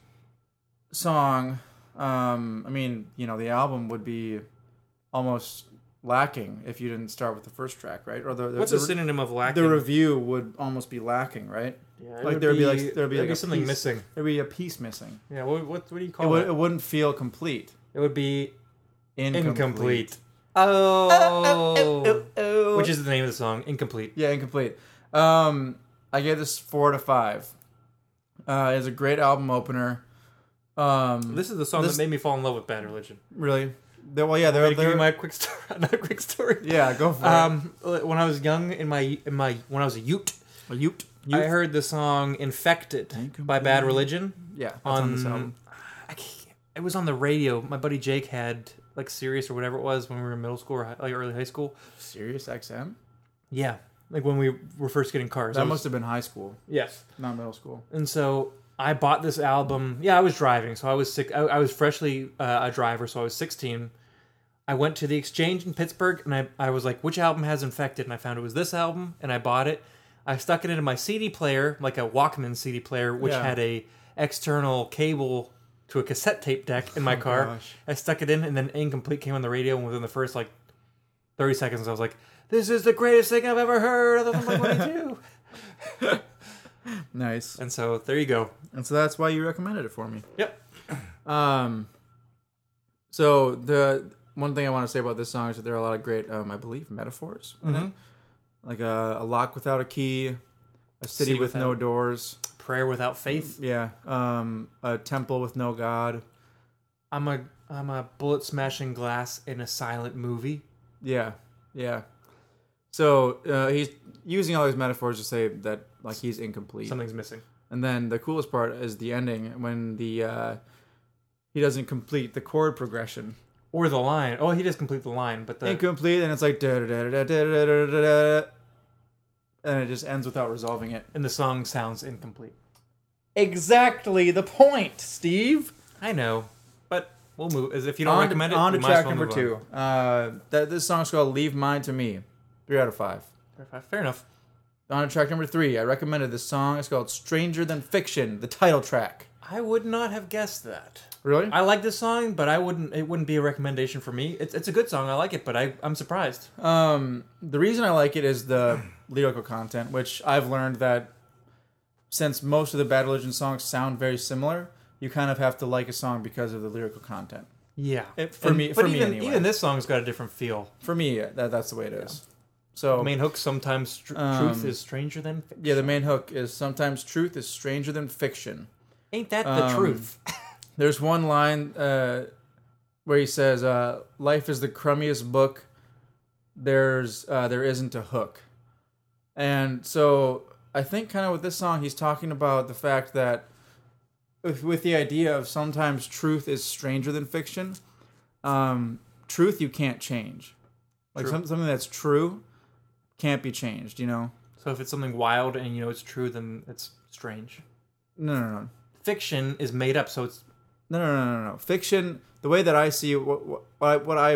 [SPEAKER 2] song, um, I mean, you know, the album would be almost lacking if you didn't start with the first track, right? Or the, the,
[SPEAKER 1] What's
[SPEAKER 2] the,
[SPEAKER 1] a synonym of
[SPEAKER 2] the
[SPEAKER 1] lacking?
[SPEAKER 2] review would almost be lacking, right?
[SPEAKER 1] Yeah, it
[SPEAKER 2] like there'd be, like there'd be, like a
[SPEAKER 1] something
[SPEAKER 2] piece-
[SPEAKER 1] missing.
[SPEAKER 2] There'd be a piece missing.
[SPEAKER 1] Yeah. What, what, what do you
[SPEAKER 2] It,
[SPEAKER 1] call
[SPEAKER 2] would,
[SPEAKER 1] it?
[SPEAKER 2] it wouldn't feel complete.
[SPEAKER 1] It would be
[SPEAKER 2] Incomplete.
[SPEAKER 1] incomplete. Oh,
[SPEAKER 2] oh, oh.
[SPEAKER 1] which is the name of the song, incomplete.
[SPEAKER 2] yeah, incomplete. Um, I gave this four out of five. Uh, it's a great album opener. Um,
[SPEAKER 1] This is the song
[SPEAKER 2] This-
[SPEAKER 1] that made me fall in love with Bad Religion.
[SPEAKER 2] really, they well, yeah,
[SPEAKER 1] Can
[SPEAKER 2] they're,
[SPEAKER 1] I give
[SPEAKER 2] they're
[SPEAKER 1] you my quick story? Not quick story.
[SPEAKER 2] yeah, go for
[SPEAKER 1] Um, when I was young, in my in my when I was a Ute,
[SPEAKER 2] it. Ute,
[SPEAKER 1] I heard the song "Infected" by Bad Religion.
[SPEAKER 2] yeah, that's
[SPEAKER 1] on,
[SPEAKER 2] on, this album.
[SPEAKER 1] I can't- it was on the radio. My buddy Jake had like Sirius or whatever it was when we were in middle school or high, like early high school.
[SPEAKER 2] Serious XM.
[SPEAKER 1] Yeah, like when we were first getting cars.
[SPEAKER 2] That
[SPEAKER 1] It was-
[SPEAKER 2] must have been high school,
[SPEAKER 1] yes.
[SPEAKER 2] not middle school.
[SPEAKER 1] And so I bought this album. Yeah, I was driving, so I was sick. I, I was freshly uh, a driver, so I was 16. I went to the exchange in Pittsburgh, and I, I was like, "Which album has infected?" And I found it was this album, and I bought it. I stuck it into my CD player, like a Walkman CD player, which
[SPEAKER 2] Yeah.
[SPEAKER 1] had a external cable to a cassette tape deck in my car.
[SPEAKER 2] Oh, gosh.
[SPEAKER 1] I stuck it in, and then "Incomplete" came on the radio, and within the first like 30 seconds, I was like, "This is the greatest thing I've ever heard." I'm like, "What do you do?"
[SPEAKER 2] Nice,
[SPEAKER 1] And so there you go.
[SPEAKER 2] and so that's why you recommended it for me.
[SPEAKER 1] Yep.
[SPEAKER 2] Um, so the one thing I want to say about this song is that there are a lot of great, um, I believe, metaphors. in it. Like a, a lock without a key, a city,
[SPEAKER 1] City
[SPEAKER 2] with no
[SPEAKER 1] without-
[SPEAKER 2] doors.
[SPEAKER 1] Prayer without faith.
[SPEAKER 2] Yeah, um, a temple with no god.
[SPEAKER 1] I'm a I'm a bullet smashing glass in a silent movie.
[SPEAKER 2] Yeah, yeah. So uh, he's using all these metaphors to say that like he's incomplete.
[SPEAKER 1] Something's missing.
[SPEAKER 2] And then the coolest part is the ending when the uh, he doesn't complete the chord progression.
[SPEAKER 1] Or the line. Oh, he does complete the line, but the
[SPEAKER 2] incomplete, and it's like da da da da da da da da da, and it just ends without resolving it.
[SPEAKER 1] and the song sounds incomplete.
[SPEAKER 2] Exactly the point, Steve.
[SPEAKER 1] I know, but we'll move. As if you don't
[SPEAKER 2] On,
[SPEAKER 1] recommend it,
[SPEAKER 2] on to
[SPEAKER 1] we might as
[SPEAKER 2] track
[SPEAKER 1] well
[SPEAKER 2] number two.
[SPEAKER 1] move
[SPEAKER 2] Uh, that this song's called "Leave Mine to Me." Three out of five.
[SPEAKER 1] on. Fair enough.
[SPEAKER 2] On to track number three. I recommended this song. It's called "Stranger Than Fiction," the title track.
[SPEAKER 1] I would not have guessed that.
[SPEAKER 2] Really?
[SPEAKER 1] I like this song, but I wouldn't. It wouldn't be a recommendation for me. It's, it's a good song. I like it, but I I'm surprised.
[SPEAKER 2] Um, the reason I like it is the lyrical content, which I've learned that since most of the Bad Religion songs sound very similar, you kind of have to like a song because of the lyrical content.
[SPEAKER 1] Yeah,
[SPEAKER 2] for me-
[SPEAKER 1] But
[SPEAKER 2] for me
[SPEAKER 1] even
[SPEAKER 2] anyway.
[SPEAKER 1] even this song's got a different feel.
[SPEAKER 2] For me, that, that's the way it is. So,
[SPEAKER 1] The main hook sometimes tr- truth
[SPEAKER 2] Um,
[SPEAKER 1] is stranger than. Fiction.
[SPEAKER 2] yeah, the main hook is sometimes truth is stranger than fiction.
[SPEAKER 1] Ain't that the
[SPEAKER 2] um,
[SPEAKER 1] truth?
[SPEAKER 2] There's one line uh, where he says, uh, "Life is the crummiest book. There's uh, there isn't a hook," and so I think kind of with this song, he's talking about the fact that with, with the idea of sometimes truth is stranger than fiction. Um, truth you can't change, like
[SPEAKER 1] True.
[SPEAKER 2] some, something that's true can't be changed. You know,
[SPEAKER 1] So if it's something wild and you know it's true, then it's strange.
[SPEAKER 2] no, no, no.
[SPEAKER 1] Fiction is made up, so it's
[SPEAKER 2] No, no, no, no, no. Fiction. The way that I see what what, what I, what I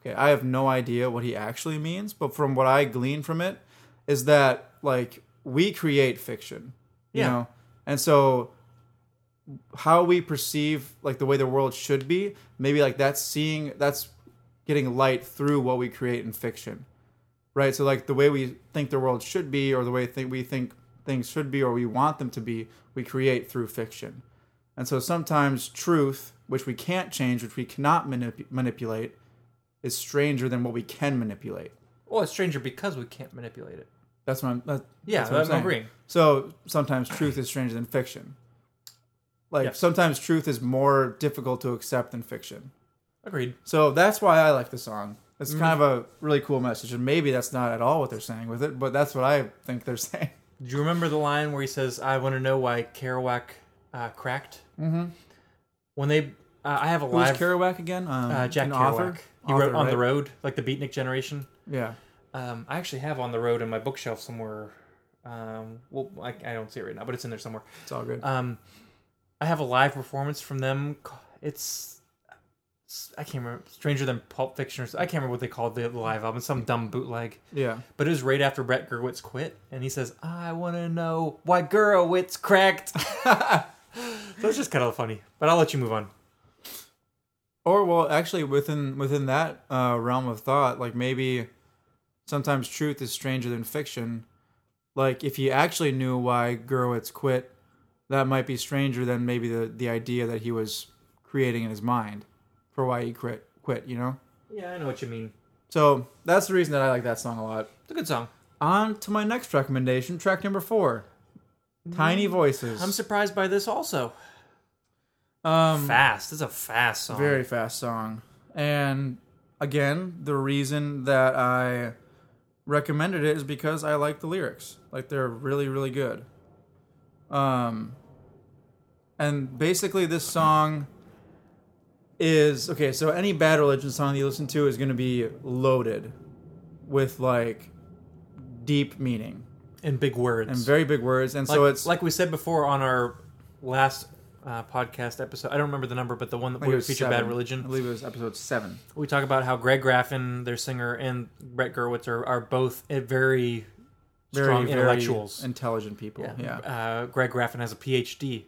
[SPEAKER 2] okay, I have no idea what he actually means, but from what I glean from it, is that like we create fiction, you
[SPEAKER 1] Yeah.
[SPEAKER 2] know, and so how we perceive like the way the world should be, maybe like that's seeing that's getting light through what we create in fiction, right? So like the way we think the world should be, or the way think we think things should be, or we want them to be, we create through fiction. And so sometimes truth, which we can't change, which we cannot manip- manipulate, is stranger than what we can manipulate.
[SPEAKER 1] well, it's stranger because we can't manipulate it.
[SPEAKER 2] That's what I'm. That,
[SPEAKER 1] Yeah,
[SPEAKER 2] that's what I'm
[SPEAKER 1] I'm
[SPEAKER 2] saying.
[SPEAKER 1] agreeing.
[SPEAKER 2] So sometimes truth is stranger than fiction. Like
[SPEAKER 1] Yes.
[SPEAKER 2] sometimes truth is more difficult to accept than fiction.
[SPEAKER 1] Agreed.
[SPEAKER 2] So that's why I like the song. It's kind
[SPEAKER 1] Mm-hmm.
[SPEAKER 2] of a really cool message, and maybe that's not at all what they're saying with it, but that's what I think they're saying.
[SPEAKER 1] Do you remember the line where he says, "I want to know why Kerouac uh, cracked"? Mm-hmm. When they, uh, I have a
[SPEAKER 2] Who's
[SPEAKER 1] live
[SPEAKER 2] Kerouac again? Um,
[SPEAKER 1] uh, Jack
[SPEAKER 2] an
[SPEAKER 1] Kerouac.
[SPEAKER 2] author?
[SPEAKER 1] He
[SPEAKER 2] Author,
[SPEAKER 1] wrote "On the
[SPEAKER 2] right?
[SPEAKER 1] Road," like the Beatnik generation.
[SPEAKER 2] Yeah.
[SPEAKER 1] Um, I actually have "On the Road" in my bookshelf somewhere. Um, well, I, I don't see it right now, but it's in there somewhere.
[SPEAKER 2] It's all good.
[SPEAKER 1] Um, I have a live performance from them. ca- It's, it's- I can't remember. Stranger than Pulp Fiction. Or, s- I can't remember what they called the live album. Some dumb bootleg.
[SPEAKER 2] yeah.
[SPEAKER 1] But it was right after Brett Gerwitz quit, and he says, "I want to know why Gerwitz cracked." so it's just kind of funny. But I'll let you move on.
[SPEAKER 2] or well actually within within that uh, realm of thought like maybe sometimes truth is stranger than fiction like if you actually knew why Gerwitz quit that might be stranger than maybe the, the idea that he was creating in his mind for why he quit quit you know
[SPEAKER 1] Yeah, I know what you mean.
[SPEAKER 2] so that's the reason that i like that song a lot
[SPEAKER 1] It's a good song.
[SPEAKER 2] On to my next recommendation, track number four, Tiny Voices.
[SPEAKER 1] I'm surprised by this also.
[SPEAKER 2] um,
[SPEAKER 1] Fast. This is a fast song.
[SPEAKER 2] very fast song. And again, the reason that I recommended it is because I like the lyrics. Like they're really, really good. Um and basically this song is okay, so any bad religion song that you listen to is gonna be loaded with like deep meaning
[SPEAKER 1] in big words.
[SPEAKER 2] and very big words and
[SPEAKER 1] like,
[SPEAKER 2] so it's like
[SPEAKER 1] like we said before on our last uh, podcast episode. I don't remember the number, but the one that
[SPEAKER 2] it
[SPEAKER 1] we
[SPEAKER 2] was
[SPEAKER 1] featured
[SPEAKER 2] seven.
[SPEAKER 1] Bad
[SPEAKER 2] I
[SPEAKER 1] Religion.
[SPEAKER 2] believe it was episode seven.
[SPEAKER 1] We talk about how Greg Graffin, their singer, and Brett Gerwitz are, are both uh, very
[SPEAKER 2] Very,
[SPEAKER 1] strong
[SPEAKER 2] very
[SPEAKER 1] intellectuals.
[SPEAKER 2] intelligent people. yeah.
[SPEAKER 1] Uh, Greg Graffin has a PhD,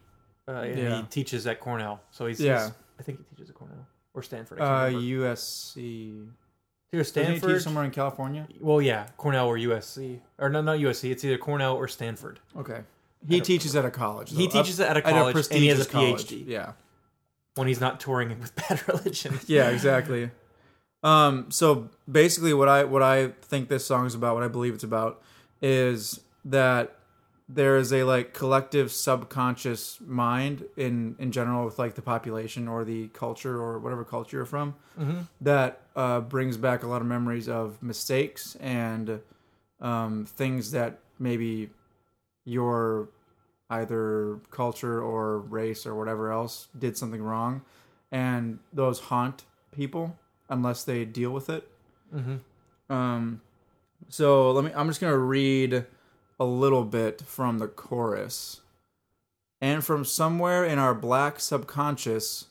[SPEAKER 1] uh, and
[SPEAKER 2] Yeah.
[SPEAKER 1] he teaches at Cornell. So he's,
[SPEAKER 2] Yeah.
[SPEAKER 1] he's- I think he teaches at Cornell or Stanford. I can't
[SPEAKER 2] Uh,
[SPEAKER 1] remember.
[SPEAKER 2] USC.
[SPEAKER 1] He was
[SPEAKER 2] Doesn't he teach
[SPEAKER 1] Stanford.
[SPEAKER 2] somewhere in California?
[SPEAKER 1] well, yeah, Cornell or USC, or no, not USC. It's either Cornell or Stanford.
[SPEAKER 2] Okay. He teaches at a college.
[SPEAKER 1] He
[SPEAKER 2] though,
[SPEAKER 1] teaches uh, at a college, and he has a PhD.
[SPEAKER 2] Yeah.
[SPEAKER 1] When he's not touring with Bad Religion,
[SPEAKER 2] Yeah. Exactly. um. So basically, what I what I think this song is about, what I believe it's about, is that there is a like collective subconscious mind in in general with like the population or the culture or whatever culture you're from that uh, brings back a lot of memories of mistakes and um, things that maybe your either culture or race or whatever else did something wrong and those haunt people unless they deal with it um, so let me i'm just gonna read a little bit from the chorus and from somewhere in our black subconscious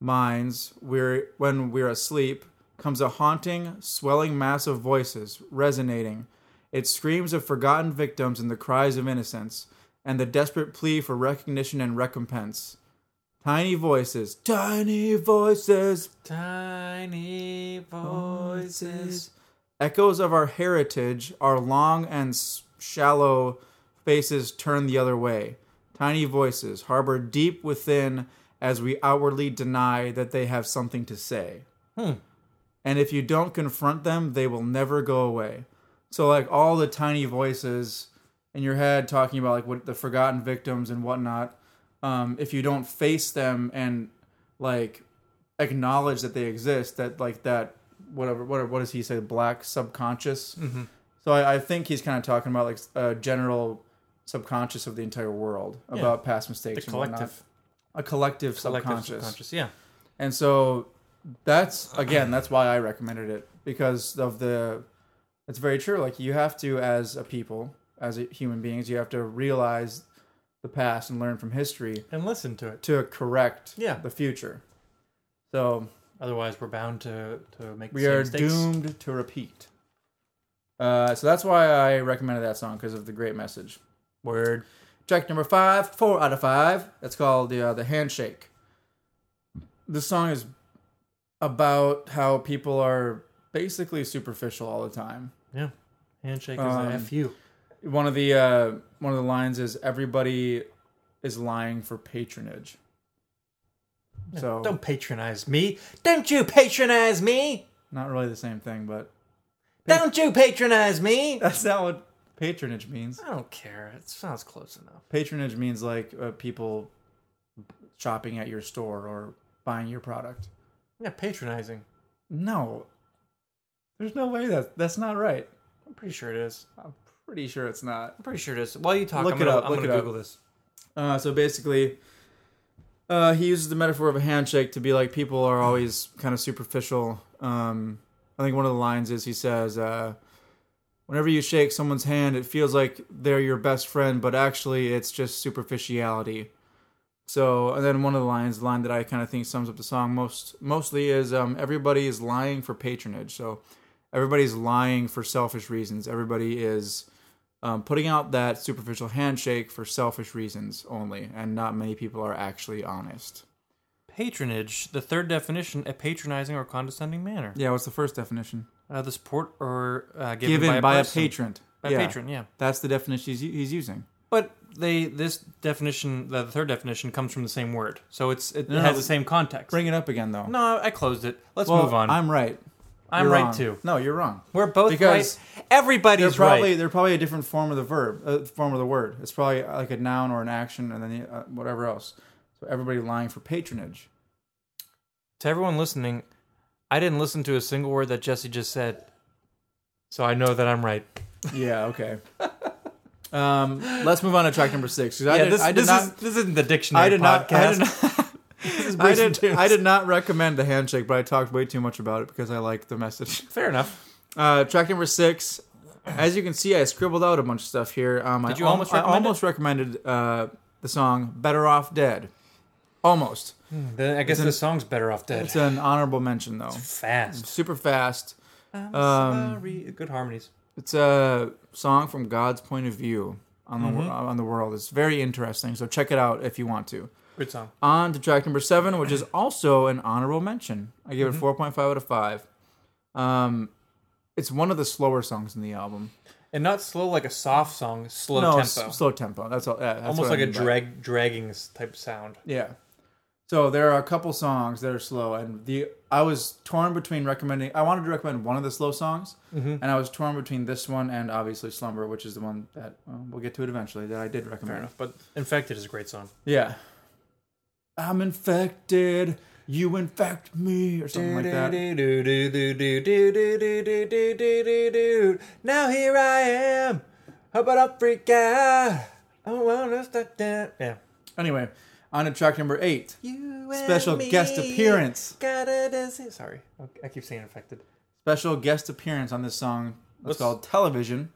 [SPEAKER 2] minds we're, when we're asleep comes a haunting swelling mass of voices resonating it screams of forgotten victims and the cries of innocence and the desperate plea for recognition and recompense tiny voices tiny voices
[SPEAKER 1] tiny voices.
[SPEAKER 2] Echoes of our heritage, our long and s- shallow faces turn the other way. Tiny voices harbored deep within as we outwardly deny that they have something to say. And if you don't confront them, they will never go away. So, like all the tiny voices in your head talking about like what the forgotten victims and whatnot, um, if you don't face them and like acknowledge that they exist that like that whatever whatever what does he say black subconscious
[SPEAKER 1] Mm-hmm.
[SPEAKER 2] so I, I think he's kind of talking about like a general subconscious of the entire world about past mistakes
[SPEAKER 1] The
[SPEAKER 2] and whatnot.
[SPEAKER 1] collective.
[SPEAKER 2] a collective,
[SPEAKER 1] Collective
[SPEAKER 2] subconscious.
[SPEAKER 1] subconscious, yeah.
[SPEAKER 2] and so that's again that's why i recommended it because of the it's very true like you have to as a people as a, human beings you have to realize the past and learn from history
[SPEAKER 1] And listen to it.
[SPEAKER 2] to correct
[SPEAKER 1] Yeah.
[SPEAKER 2] the future so
[SPEAKER 1] Otherwise, we're bound to to make.
[SPEAKER 2] we
[SPEAKER 1] the same
[SPEAKER 2] are
[SPEAKER 1] mistakes.
[SPEAKER 2] doomed to repeat. Uh, so that's why I recommended that song because of the great message.
[SPEAKER 1] Word.
[SPEAKER 2] Track number five, four out of five. That's called the uh, the handshake. This song is about how people are basically superficial all the time.
[SPEAKER 1] Yeah. Handshake is
[SPEAKER 2] Um,
[SPEAKER 1] a fu.
[SPEAKER 2] One of the uh, one of the lines is everybody is lying for patronage. So
[SPEAKER 1] Don't patronize me. Don't you patronize me.
[SPEAKER 2] not really the same thing, but
[SPEAKER 1] Don't you patronize me.
[SPEAKER 2] that's not what patronage means.
[SPEAKER 1] I don't care. It sounds close enough.
[SPEAKER 2] patronage means like uh, people shopping at your store or buying your product.
[SPEAKER 1] Yeah, patronizing.
[SPEAKER 2] No, there's no way that that's not right.
[SPEAKER 1] I'm pretty sure it is.
[SPEAKER 2] I'm pretty sure it's not.
[SPEAKER 1] I'm pretty sure it is. While you talk,
[SPEAKER 2] Look
[SPEAKER 1] I'm
[SPEAKER 2] it
[SPEAKER 1] gonna,
[SPEAKER 2] up,
[SPEAKER 1] I'm
[SPEAKER 2] look
[SPEAKER 1] gonna
[SPEAKER 2] it up.
[SPEAKER 1] Google this.
[SPEAKER 2] Uh, so basically, uh, he uses the metaphor of a handshake to be like people are always kind of superficial. Um, I think one of the lines is he says, uh, "Whenever you shake someone's hand, it feels like they're your best friend, but actually, it's just superficiality." So, and then one of the lines, the line that I kind of think sums up the song most mostly is, um, "Everybody is lying for patronage." So, everybody's lying for selfish reasons. Everybody is um, putting out that superficial handshake for selfish reasons only, and not many people are actually honest.
[SPEAKER 1] Patronage, the third definition, a patronizing or condescending manner.
[SPEAKER 2] Yeah, what's the first definition?
[SPEAKER 1] Uh, the support or uh, given,
[SPEAKER 2] Given by, a,
[SPEAKER 1] person.
[SPEAKER 2] patron.
[SPEAKER 1] By
[SPEAKER 2] yeah,
[SPEAKER 1] patron, yeah.
[SPEAKER 2] That's the definition he's, he's using.
[SPEAKER 1] But they this definition, the third definition, comes from the same word, so it's it
[SPEAKER 2] no,
[SPEAKER 1] has
[SPEAKER 2] no.
[SPEAKER 1] the same context.
[SPEAKER 2] Bring it up again, though.
[SPEAKER 1] No, I closed it. Let's
[SPEAKER 2] Well,
[SPEAKER 1] move on.
[SPEAKER 2] I'm right.
[SPEAKER 1] I'm
[SPEAKER 2] You're
[SPEAKER 1] right
[SPEAKER 2] wrong.
[SPEAKER 1] too.
[SPEAKER 2] No, you're wrong.
[SPEAKER 1] We're both
[SPEAKER 2] Because
[SPEAKER 1] right.
[SPEAKER 2] They're
[SPEAKER 1] Everybody's
[SPEAKER 2] probably
[SPEAKER 1] right.
[SPEAKER 2] they're probably a different form of the verb, uh, form of the word. It's probably uh, like a noun or an action, and then the, uh, whatever else. So everybody lying for patronage.
[SPEAKER 4] To everyone listening, I didn't listen to a single word that Jesse just said, so I know that I'm right.
[SPEAKER 2] Yeah. Okay. um, let's move on to track number six. 'cause I
[SPEAKER 4] Yeah,
[SPEAKER 2] did,
[SPEAKER 4] this,
[SPEAKER 2] I did
[SPEAKER 4] this
[SPEAKER 2] not.
[SPEAKER 4] is this isn't the dictionary
[SPEAKER 2] I did not.
[SPEAKER 4] podcast.
[SPEAKER 2] I did not. I
[SPEAKER 4] Breaks and
[SPEAKER 2] did, I did not recommend the handshake, but I talked way too much about it because I liked the message.
[SPEAKER 4] Fair enough.
[SPEAKER 2] Uh, track number six. As you can see, I scribbled out a bunch of stuff here. Um, I
[SPEAKER 1] Did you
[SPEAKER 2] al-
[SPEAKER 1] almost
[SPEAKER 2] I
[SPEAKER 1] recommend
[SPEAKER 2] almost recommended uh, the song "Better Off Dead." Almost.
[SPEAKER 1] Hmm, Then I guess the song's better off dead.
[SPEAKER 2] It's an honorable mention though.
[SPEAKER 1] Fast.
[SPEAKER 2] Super fast. Um,
[SPEAKER 1] Sorry. Good harmonies.
[SPEAKER 2] It's a song from God's point of view on the
[SPEAKER 1] Mm-hmm.
[SPEAKER 2] wor- on the world. It's very interesting. So check it out if you want to.
[SPEAKER 1] Good song.
[SPEAKER 2] On to track number seven, which is also an honorable mention. I give it four point five out of five. Um, it's one of the slower songs in the album.
[SPEAKER 1] And not slow like a soft song, slow
[SPEAKER 2] no,
[SPEAKER 1] tempo.
[SPEAKER 2] s- slow tempo. That's all. yeah, that's
[SPEAKER 1] Almost
[SPEAKER 2] what I
[SPEAKER 1] like a
[SPEAKER 2] mean by-
[SPEAKER 1] drag dragging s- type sound.
[SPEAKER 2] Yeah. So there are a couple songs that are slow, and the I was torn between recommending. I wanted to recommend one of the slow songs,
[SPEAKER 1] Mm-hmm.
[SPEAKER 2] and I was torn between this one and obviously "Slumber," which is the one that well, we'll get to it eventually. That I did
[SPEAKER 1] Fair
[SPEAKER 2] recommend.
[SPEAKER 1] enough. But Infected is a great song.
[SPEAKER 2] Yeah. I'm infected. You infect me, or something like that.
[SPEAKER 1] Now here I am. How about I freak out? I wanna stop that. Yeah.
[SPEAKER 2] Anyway, on to track number eight.
[SPEAKER 1] You
[SPEAKER 2] Special
[SPEAKER 1] and
[SPEAKER 2] guest
[SPEAKER 1] me
[SPEAKER 2] appearance.
[SPEAKER 1] got a disease- Sorry, I keep saying infected.
[SPEAKER 2] Special guest appearance on this song. It's
[SPEAKER 1] What's-
[SPEAKER 2] called "Television."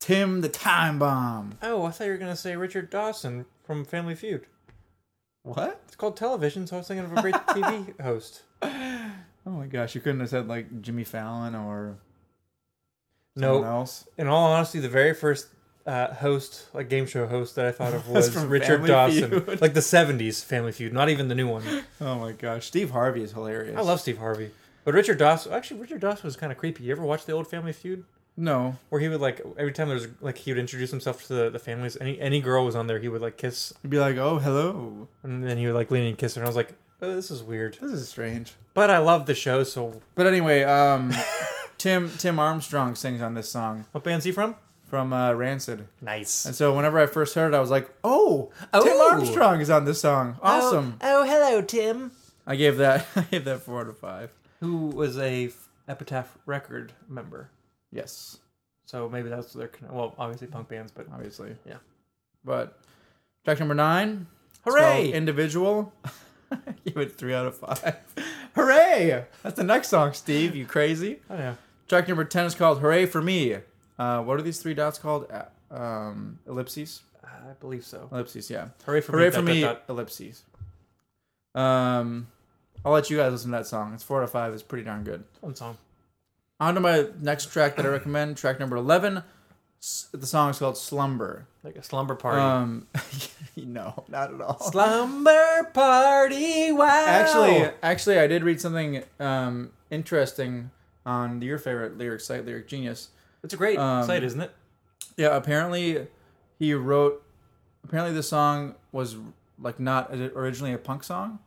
[SPEAKER 2] Tim the Time Bomb.
[SPEAKER 1] Oh, I thought you were gonna say Richard Dawson from Family Feud.
[SPEAKER 2] What?
[SPEAKER 1] It's called television, so I was thinking of a great TV host.
[SPEAKER 2] Oh my gosh! You couldn't have said like Jimmy Fallon or
[SPEAKER 1] No,
[SPEAKER 2] Someone else.
[SPEAKER 1] in all honesty, the very first uh, host, like game show host that I thought of was
[SPEAKER 2] from
[SPEAKER 1] Richard
[SPEAKER 2] Family
[SPEAKER 1] Dawson,
[SPEAKER 2] Feud.
[SPEAKER 1] like the '70s Family Feud, not even the new one.
[SPEAKER 2] Oh my gosh, Steve Harvey is hilarious.
[SPEAKER 1] I love Steve Harvey, but Richard Dawson. Actually, Richard Dawson was kind of creepy. You ever watch the old Family Feud,
[SPEAKER 2] No,
[SPEAKER 1] where he would like every time there was like he would introduce himself to the, the families. Any any girl was on there, he would like kiss,
[SPEAKER 2] you'd be like, oh hello.
[SPEAKER 1] and then he would like lean and kiss her. And I was like, oh, this is weird.
[SPEAKER 2] This is strange.
[SPEAKER 1] But I love the show. So,
[SPEAKER 2] But anyway, um, Tim Tim Armstrong sings on this song
[SPEAKER 1] what band's he from?
[SPEAKER 2] from uh, Rancid,
[SPEAKER 1] Nice.
[SPEAKER 2] and so whenever I first heard it, I was like, oh, Tim
[SPEAKER 1] Oh.
[SPEAKER 2] Armstrong is on this song. Awesome.
[SPEAKER 1] Oh, hello, Tim.
[SPEAKER 2] I gave that I gave that four out of five.
[SPEAKER 1] Who was a F- Epitaph record member?
[SPEAKER 2] Yes,
[SPEAKER 1] So maybe that's their conne- well, obviously punk bands, but
[SPEAKER 2] obviously.
[SPEAKER 1] Yeah.
[SPEAKER 2] But track number nine. it's
[SPEAKER 1] hooray!
[SPEAKER 2] called Individual. I Give it three out of five. Hooray! That's the next song, Steve. You crazy?
[SPEAKER 1] I don't know.
[SPEAKER 2] Track number 10 is called Hooray for Me. Uh, what are these three dots called? Uh, um, ellipses?
[SPEAKER 1] I believe so.
[SPEAKER 2] Ellipses, yeah.
[SPEAKER 1] Hooray for
[SPEAKER 2] Hooray
[SPEAKER 1] me!
[SPEAKER 2] for
[SPEAKER 1] dot, dot,
[SPEAKER 2] Me,
[SPEAKER 1] dot.
[SPEAKER 2] ellipses. Um, I'll let you guys listen to that song. It's 4 out of 5. It's pretty darn good.
[SPEAKER 1] One song.
[SPEAKER 2] On to my next track that I recommend, track number 11. S- The song is called Slumber.
[SPEAKER 1] Like a slumber party.
[SPEAKER 2] Um, no, not at all.
[SPEAKER 1] Slumber party. Wow.
[SPEAKER 2] actually, actually, I did read something um, interesting on your favorite lyric site, Lyric Genius.
[SPEAKER 1] it's a great
[SPEAKER 2] um,
[SPEAKER 1] site, isn't it?
[SPEAKER 2] Yeah, apparently he wrote. Apparently, the song was like not originally a punk song,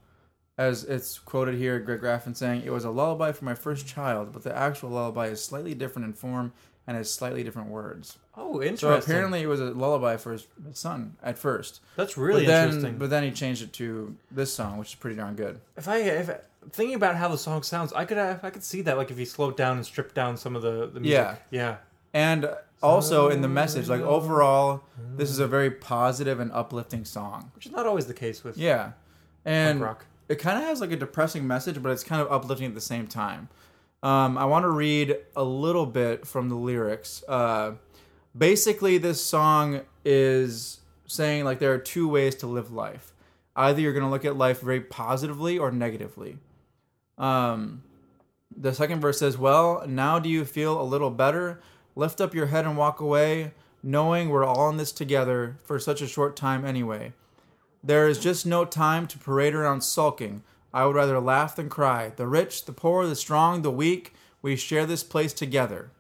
[SPEAKER 2] as it's quoted here. Greg Graffin saying it was a lullaby for my first child, but the actual lullaby is slightly different in form and has slightly different words.
[SPEAKER 1] Oh,
[SPEAKER 2] So
[SPEAKER 1] interesting.
[SPEAKER 2] apparently, it was a lullaby for his son at first.
[SPEAKER 1] that's really
[SPEAKER 2] but then,
[SPEAKER 1] interesting.
[SPEAKER 2] But then he changed it to this song, which is pretty darn good.
[SPEAKER 1] if I if thinking about how the song sounds, I could I could see that like if you slowed down and stripped down some of the the music.
[SPEAKER 2] Yeah.
[SPEAKER 1] Yeah.
[SPEAKER 2] And also in the message, like overall, this is a very positive and uplifting song.
[SPEAKER 1] Which is not always the case with
[SPEAKER 2] Yeah, and
[SPEAKER 1] Punk rock.
[SPEAKER 2] it kind of has like a depressing message, but it's kind of uplifting at the same time. Um, I want to read a little bit from the lyrics. Uh, basically, this song is saying like there are two ways to live life. Either you're going to look at life very positively or negatively. Um, the second verse says, Well, now do you feel a little better? Lift up your head and walk away, knowing we're all in this together for such a short time anyway. There is just no time to parade around sulking. I would rather laugh than cry. The rich, the poor, the strong, the weak, we share this place together.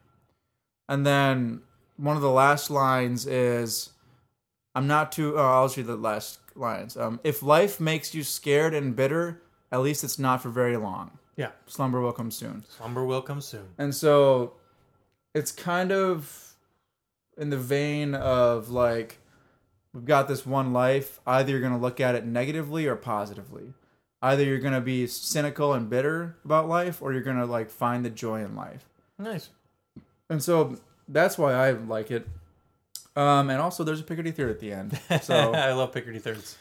[SPEAKER 2] And then one of the last lines is I'm not too. Oh, I'll just read the last lines. Um, if life makes you scared and bitter, at least it's not for very long.
[SPEAKER 1] Yeah.
[SPEAKER 2] Slumber Will Come Soon.
[SPEAKER 1] Slumber will come soon.
[SPEAKER 2] And so it's kind of in the vein of like, we've got this one life. Either you're going to look at it negatively or positively. Either you're going to be cynical and bitter about life or you're going to like find the joy in life.
[SPEAKER 1] Nice.
[SPEAKER 2] And so that's why I like it. Um, and also, there's a Picardy Theater at the end. So
[SPEAKER 1] I love Picardy Thirds.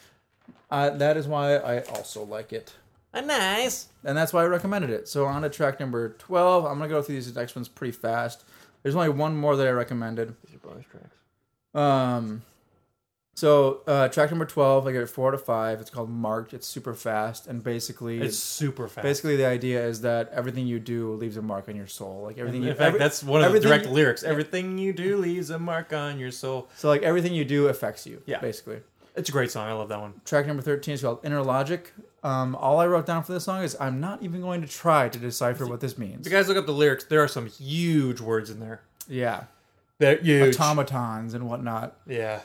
[SPEAKER 2] I, that is why I also like it.
[SPEAKER 1] Uh, nice.
[SPEAKER 2] and that's why I recommended it. So on to track number twelve. I'm gonna go through these next ones pretty fast. There's only one more that I recommended.
[SPEAKER 1] These are bonus tracks.
[SPEAKER 2] Um, so uh, track number twelve, I get it four out of five. It's called Marked. It's super fast, and basically,
[SPEAKER 1] It's super fast.
[SPEAKER 2] basically the idea is that everything you do leaves a mark on your soul. Like everything.
[SPEAKER 1] in
[SPEAKER 2] you,
[SPEAKER 1] fact,
[SPEAKER 2] every-
[SPEAKER 1] that's one of the
[SPEAKER 2] everything-
[SPEAKER 1] direct lyrics. Everything you do leaves a mark on your soul.
[SPEAKER 2] So like everything you do affects you.
[SPEAKER 1] Yeah.
[SPEAKER 2] Basically.
[SPEAKER 1] It's a great song. I love that one.
[SPEAKER 2] Track number thirteen is called Inner Logic. Um, all I wrote down for this song is I'm not even going to try to decipher what this means.
[SPEAKER 1] If you guys look up the lyrics, there are some huge words in there.
[SPEAKER 2] Yeah.
[SPEAKER 1] They're huge.
[SPEAKER 2] Automatons and whatnot.
[SPEAKER 1] yeah.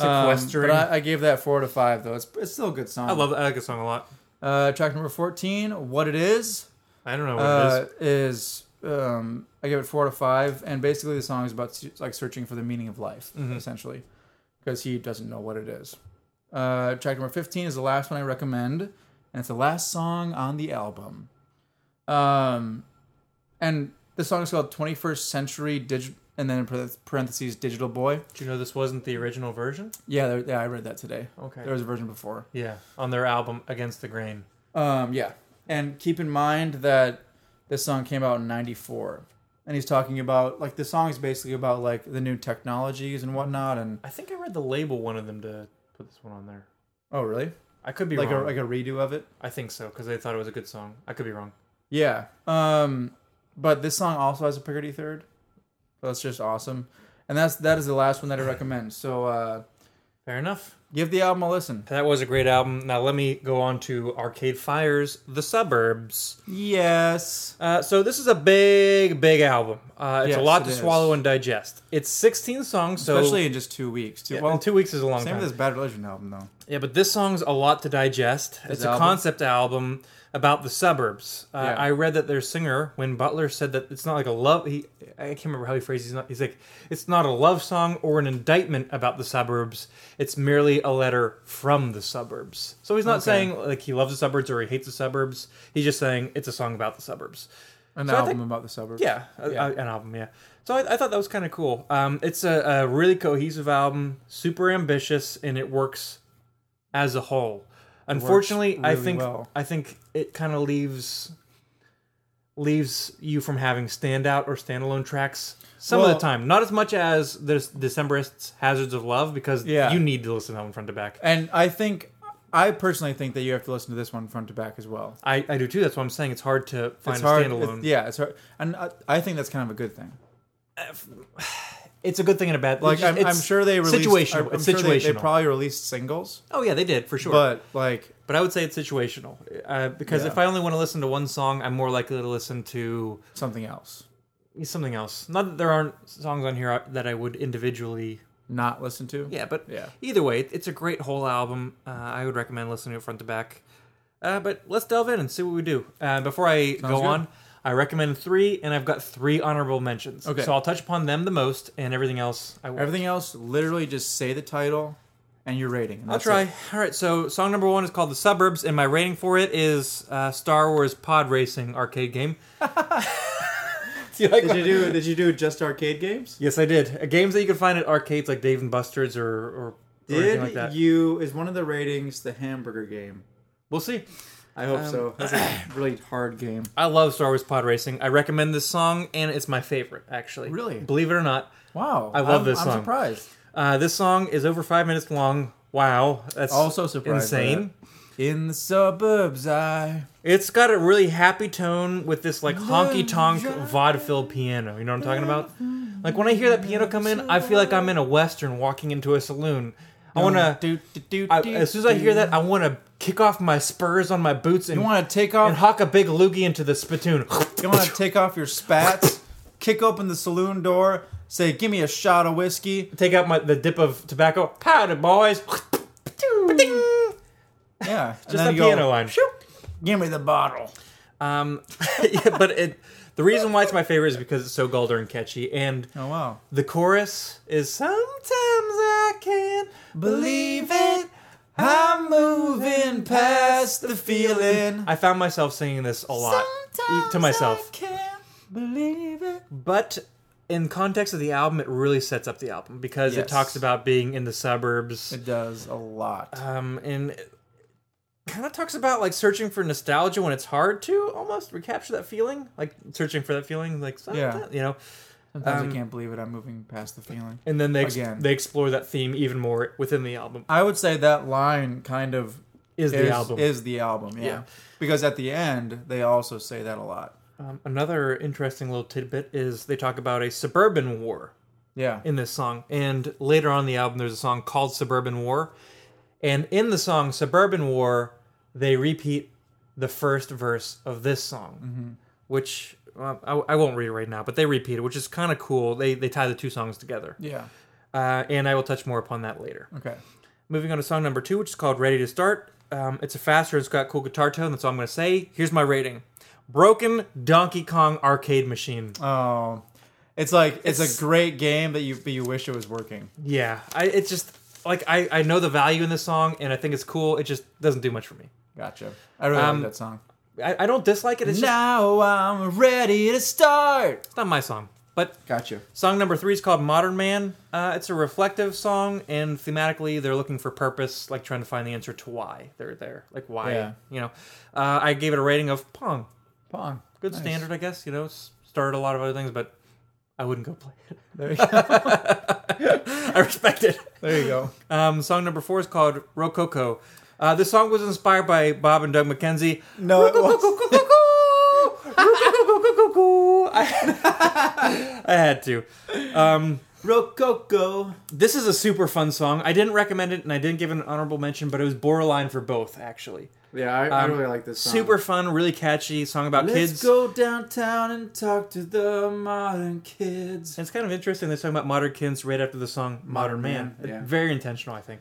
[SPEAKER 2] Um,
[SPEAKER 1] Sequestering.
[SPEAKER 2] but I, I gave that four to five though. It's it's still a good song.
[SPEAKER 1] I, love that. I like that song a lot.
[SPEAKER 2] Uh, track number fourteen. What it is
[SPEAKER 1] I don't know what
[SPEAKER 2] uh,
[SPEAKER 1] it is.
[SPEAKER 2] is um, I give it four to five, and basically the song is about se- like searching for the meaning of life, essentially, because he doesn't know what it is. Uh, track number fifteen is the last one I recommend, and it's the last song on the album. Um, and the song is called "21st Century Digital," and then in parenth- parentheses "Digital Boy."
[SPEAKER 1] Do you know this wasn't the original version?
[SPEAKER 2] Yeah, there, yeah, I read that today.
[SPEAKER 1] Okay.
[SPEAKER 2] there was a version before.
[SPEAKER 1] Yeah. On their album, Against the Grain.
[SPEAKER 2] Um, yeah. And keep in mind that this song came out in 94. And he's talking about, like, the song is basically about, like, the new technologies and whatnot. And,
[SPEAKER 1] I think I read the label wanted them to put this one on there.
[SPEAKER 2] oh, really?
[SPEAKER 1] I could be
[SPEAKER 2] Like a,
[SPEAKER 1] wrong.
[SPEAKER 2] like a redo of it?
[SPEAKER 1] I think so because they thought it was a good song. I could be wrong.
[SPEAKER 2] Yeah. Um, but this song also has a Picardy third. So that's just awesome. And that's, that is the last one that I recommend. So, uh,
[SPEAKER 1] Fair enough.
[SPEAKER 2] give the album a listen.
[SPEAKER 1] That was a great album. Now let me go on to Arcade Fire's The Suburbs.
[SPEAKER 2] Yes.
[SPEAKER 1] Uh, so this is a big, big album. Uh, it's
[SPEAKER 2] Yes,
[SPEAKER 1] a lot
[SPEAKER 2] it
[SPEAKER 1] to
[SPEAKER 2] is.
[SPEAKER 1] swallow and digest. It's 16 songs, so
[SPEAKER 2] Especially in just two weeks. Two,
[SPEAKER 1] yeah,
[SPEAKER 2] well,
[SPEAKER 1] and two weeks is a long
[SPEAKER 2] same
[SPEAKER 1] time.
[SPEAKER 2] with this Bad Religion album, though.
[SPEAKER 1] Yeah, but this song's a lot to digest. it's a
[SPEAKER 2] album?
[SPEAKER 1] concept album about the suburbs. Uh,
[SPEAKER 2] Yeah.
[SPEAKER 1] I read that their singer, when Butler said that it's not like a love, he I can't remember how he phrased. He's not. He's like, it's not a love song or an indictment about the suburbs. It's merely a letter from the suburbs. So he's not saying like he loves the suburbs or he hates the suburbs. He's just saying it's a song about the suburbs.
[SPEAKER 2] An
[SPEAKER 1] So I
[SPEAKER 2] album
[SPEAKER 1] think-
[SPEAKER 2] about the suburbs.
[SPEAKER 1] Yeah, a- a- an album. Yeah. So I, I thought that was kind of cool. Um, it's a, a really cohesive album, super ambitious, and it works as a whole. Unfortunately, I
[SPEAKER 2] really
[SPEAKER 1] think
[SPEAKER 2] well.
[SPEAKER 1] I think it kind of leaves leaves you from having standout or standalone tracks some of
[SPEAKER 2] Well-
[SPEAKER 1] the time. Not as much as there's Decemberists Hazards of Love because
[SPEAKER 2] Yeah.
[SPEAKER 1] you need to listen to them front to back.
[SPEAKER 2] And I think, I personally think that you have to listen to this one front to back as well.
[SPEAKER 1] I, I do too. That's what I'm saying. It's hard to find
[SPEAKER 2] It's
[SPEAKER 1] a
[SPEAKER 2] hard.
[SPEAKER 1] standalone.
[SPEAKER 2] it's- yeah, it's hard. And I, I think that's kind of a good thing.
[SPEAKER 1] It's a good thing and a bad.
[SPEAKER 2] Like,
[SPEAKER 1] it's just-
[SPEAKER 2] I'm, I'm
[SPEAKER 1] it's
[SPEAKER 2] sure they released.
[SPEAKER 1] situational.
[SPEAKER 2] I'm
[SPEAKER 1] it's
[SPEAKER 2] sure they-
[SPEAKER 1] situational.
[SPEAKER 2] They, probably released singles,
[SPEAKER 1] oh yeah, they did for sure.
[SPEAKER 2] but like,
[SPEAKER 1] but I would say it's situational uh, because
[SPEAKER 2] Yeah.
[SPEAKER 1] if I only want to listen to one song, I'm more likely to listen to
[SPEAKER 2] something else.
[SPEAKER 1] something else. Not that there aren't songs on here that I would individually,
[SPEAKER 2] Not listen to.
[SPEAKER 1] yeah, but
[SPEAKER 2] Yeah.
[SPEAKER 1] either way, it- it's a great whole album. Uh, I would recommend listening to it front to back. Uh, but let's delve in and see what we do. Uh, before I go
[SPEAKER 2] good.
[SPEAKER 1] on, I recommend three, and I've got three honorable mentions.
[SPEAKER 2] Okay.
[SPEAKER 1] so I'll touch upon them the most, and everything else I will.
[SPEAKER 2] Everything else, literally, just say the title and your rating. and
[SPEAKER 1] I'll
[SPEAKER 2] that's
[SPEAKER 1] try.
[SPEAKER 2] it.
[SPEAKER 1] All right, so song number one is called "The Suburbs," and my rating for it is uh, Star Wars Pod Racing arcade game. Do you like
[SPEAKER 2] Did you do? Did you do just arcade games?
[SPEAKER 1] Yes, I did. Uh, Games that you can find at arcades like Dave and Buster's or or, or anything
[SPEAKER 2] Did
[SPEAKER 1] like that.
[SPEAKER 2] you? Is one of the ratings the hamburger game?
[SPEAKER 1] We'll see.
[SPEAKER 2] I hope
[SPEAKER 1] Um,
[SPEAKER 2] so. That's a really hard game.
[SPEAKER 1] I love Star Wars Pod Racing. I recommend this song, and it's my favorite actually.
[SPEAKER 2] Really?
[SPEAKER 1] Believe it or not,
[SPEAKER 2] Wow,
[SPEAKER 1] I love
[SPEAKER 2] I'm-
[SPEAKER 1] this
[SPEAKER 2] I'm
[SPEAKER 1] song.
[SPEAKER 2] surprised.
[SPEAKER 1] uh, this song is over five minutes long. Wow, that's
[SPEAKER 2] Also surprised by
[SPEAKER 1] Insane.
[SPEAKER 2] In the suburbs, I.
[SPEAKER 1] It's got a really happy tone with this like honky tonk vaudeville piano. You know what I'm talking about? Like when I hear that piano come in, I feel like I'm in a western walking into a saloon. I want to.
[SPEAKER 2] Do, do, do, do,
[SPEAKER 1] As soon as I hear that, I want to kick off my spurs on my boots and
[SPEAKER 2] You want to take
[SPEAKER 1] and
[SPEAKER 2] off.
[SPEAKER 1] hock a big loogie into the spittoon.
[SPEAKER 2] You want to take off your spats. kick open the saloon door. Say, "Give me a shot of whiskey."
[SPEAKER 1] Take out my the dip of tobacco. Powder boys. Ding.
[SPEAKER 2] Yeah,
[SPEAKER 1] Just a piano line.
[SPEAKER 2] Give me the bottle.
[SPEAKER 1] Um, yeah, but it, the reason why it's my favorite is because it's so Galder and catchy, and
[SPEAKER 2] Oh wow.
[SPEAKER 1] the chorus is sometimes I can't
[SPEAKER 2] Believe it. I'm moving past the feeling.
[SPEAKER 1] I found myself singing this a lot e- to myself.
[SPEAKER 2] can't believe it.
[SPEAKER 1] But in context of the album, it really sets up the album because it
[SPEAKER 2] Yes.
[SPEAKER 1] talks about being in the suburbs.
[SPEAKER 2] It does a lot.
[SPEAKER 1] um, and kind of talks about like searching for nostalgia when it's hard to almost recapture that feeling, like searching for that feeling, like yeah. you know.
[SPEAKER 2] Sometimes
[SPEAKER 1] um,
[SPEAKER 2] I can't believe it. I'm moving past the feeling.
[SPEAKER 1] And then they ex-
[SPEAKER 2] Again.
[SPEAKER 1] they explore that theme even more within the album.
[SPEAKER 2] I would say that line kind of
[SPEAKER 1] Is the album
[SPEAKER 2] is the album, yeah.
[SPEAKER 1] Yeah.
[SPEAKER 2] Because at the end they also say that a lot.
[SPEAKER 1] um, another interesting little tidbit? Is they talk about a suburban war
[SPEAKER 2] Yeah.
[SPEAKER 1] in this song, and later on in the album, there's a song called "Suburban War," and in the song "Suburban War," they repeat the first verse of this song. which well, I, I won't read it right now, but they repeat it, which is kind of cool. They they tie the two songs together,
[SPEAKER 2] yeah.
[SPEAKER 1] uh, and I will touch more upon that later.
[SPEAKER 2] Okay.
[SPEAKER 1] Moving on to song number two, which is called "Ready to Start." Um, it's a faster, it's got cool guitar tone. That's all I'm going to say. Here's my rating: Broken Donkey Kong Arcade Machine.
[SPEAKER 2] Oh. It's like it's, a great game that you but you wish it was working.
[SPEAKER 1] Yeah, I, it's just like I I know the value in this song, and I think it's cool. It just doesn't do much for me.
[SPEAKER 2] Gotcha. I really
[SPEAKER 1] Um,
[SPEAKER 2] like that song.
[SPEAKER 1] I, I don't dislike it. It's just
[SPEAKER 2] Now I'm ready to start.
[SPEAKER 1] it's not my song, but
[SPEAKER 2] Gotcha.
[SPEAKER 1] Song number three is called Modern Man. Uh, it's a reflective song, and thematically, they're looking for purpose, like trying to find the answer to why they're there. Like, why,
[SPEAKER 2] Yeah.
[SPEAKER 1] you know. Uh, I gave it a rating of Pong.
[SPEAKER 2] Pong.
[SPEAKER 1] Good
[SPEAKER 2] Nice.
[SPEAKER 1] standard, I guess. You know, it's started a lot of other things, but I wouldn't go play it.
[SPEAKER 2] There you go.
[SPEAKER 1] I respect it.
[SPEAKER 2] There you go.
[SPEAKER 1] Um, song number four is called Rococo. Uh, this song was inspired by Bob and Doug McKenzie.
[SPEAKER 2] No, it wasn't.
[SPEAKER 1] I I had to.
[SPEAKER 2] Rococo.
[SPEAKER 1] This is a super fun song. I didn't recommend it and I didn't give it an honorable mention, but it was borderline for both, actually.
[SPEAKER 2] Yeah, I, I
[SPEAKER 1] Um,
[SPEAKER 2] really like this song.
[SPEAKER 1] Super fun, really catchy song about
[SPEAKER 2] Let's
[SPEAKER 1] kids.
[SPEAKER 2] go downtown and talk to the modern kids.
[SPEAKER 1] And it's kind of interesting they're talking about modern kids right after the song Modern,
[SPEAKER 2] Modern
[SPEAKER 1] Man.
[SPEAKER 2] Man, yeah.
[SPEAKER 1] Very intentional, I think.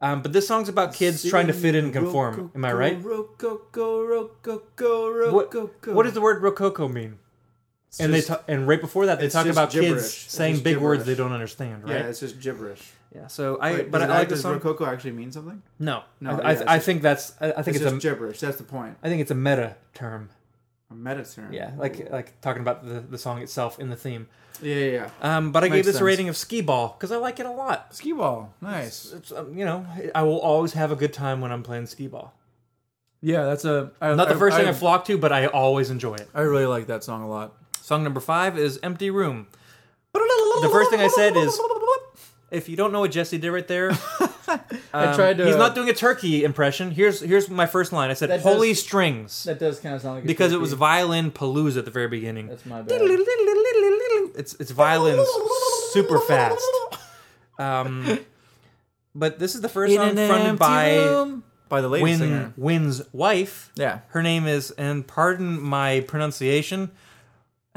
[SPEAKER 1] Um, but this song's about kids trying to fit in and conform. Am I right?
[SPEAKER 2] Rococo, rococo,
[SPEAKER 1] What,
[SPEAKER 2] rococo.
[SPEAKER 1] what does the word rococo mean? and
[SPEAKER 2] just-
[SPEAKER 1] they ta- and right before that they
[SPEAKER 2] it's
[SPEAKER 1] talk
[SPEAKER 2] just
[SPEAKER 1] about
[SPEAKER 2] gibberish.
[SPEAKER 1] kids
[SPEAKER 2] It's
[SPEAKER 1] saying
[SPEAKER 2] just
[SPEAKER 1] big words they
[SPEAKER 2] gibberish.
[SPEAKER 1] don't understand, right?
[SPEAKER 2] Yeah, it's just gibberish.
[SPEAKER 1] Yeah, so I
[SPEAKER 2] Wait,
[SPEAKER 1] but I
[SPEAKER 2] does it-
[SPEAKER 1] like the
[SPEAKER 2] does
[SPEAKER 1] song.
[SPEAKER 2] rococo actually mean something?
[SPEAKER 1] no,
[SPEAKER 2] No,
[SPEAKER 1] I,
[SPEAKER 2] yeah,
[SPEAKER 1] I,
[SPEAKER 2] it's
[SPEAKER 1] I
[SPEAKER 2] just-
[SPEAKER 1] think that's I, I think
[SPEAKER 2] It's
[SPEAKER 1] it's,
[SPEAKER 2] just
[SPEAKER 1] a
[SPEAKER 2] gibberish. That's the point.
[SPEAKER 1] I think it's a meta term.
[SPEAKER 2] A meta term.
[SPEAKER 1] Yeah, like like talking about the, the song itself in the theme.
[SPEAKER 2] yeah, yeah, yeah.
[SPEAKER 1] Um, but I gave
[SPEAKER 2] Makes
[SPEAKER 1] this
[SPEAKER 2] sense.
[SPEAKER 1] a rating of skee ball because I like it a lot.
[SPEAKER 2] Skee ball. Nice.
[SPEAKER 1] It's, um, you know, I will always have a good time when I'm playing skee ball.
[SPEAKER 2] Yeah, that's a. I,
[SPEAKER 1] Not the first thing I
[SPEAKER 2] I
[SPEAKER 1] flock to, but I always enjoy it.
[SPEAKER 2] I really like that song a lot.
[SPEAKER 1] Song number five is "Empty Room." The first thing I said is, if you don't know what Jesse did right there,
[SPEAKER 2] I
[SPEAKER 1] um,
[SPEAKER 2] tried to.
[SPEAKER 1] he's not doing a turkey impression. Here's here's my first line. I said,
[SPEAKER 2] That
[SPEAKER 1] "Holy
[SPEAKER 2] does-
[SPEAKER 1] strings,"
[SPEAKER 2] That does kind of sound like
[SPEAKER 1] because it was violin palooza at the very beginning.
[SPEAKER 2] That's my bad.
[SPEAKER 1] It's it's violins super fast. Um, but this is the first song fronted by
[SPEAKER 2] by the lady
[SPEAKER 1] Win
[SPEAKER 2] singer.
[SPEAKER 1] Win's wife.
[SPEAKER 2] Yeah.
[SPEAKER 1] Her name is, and pardon my pronunciation,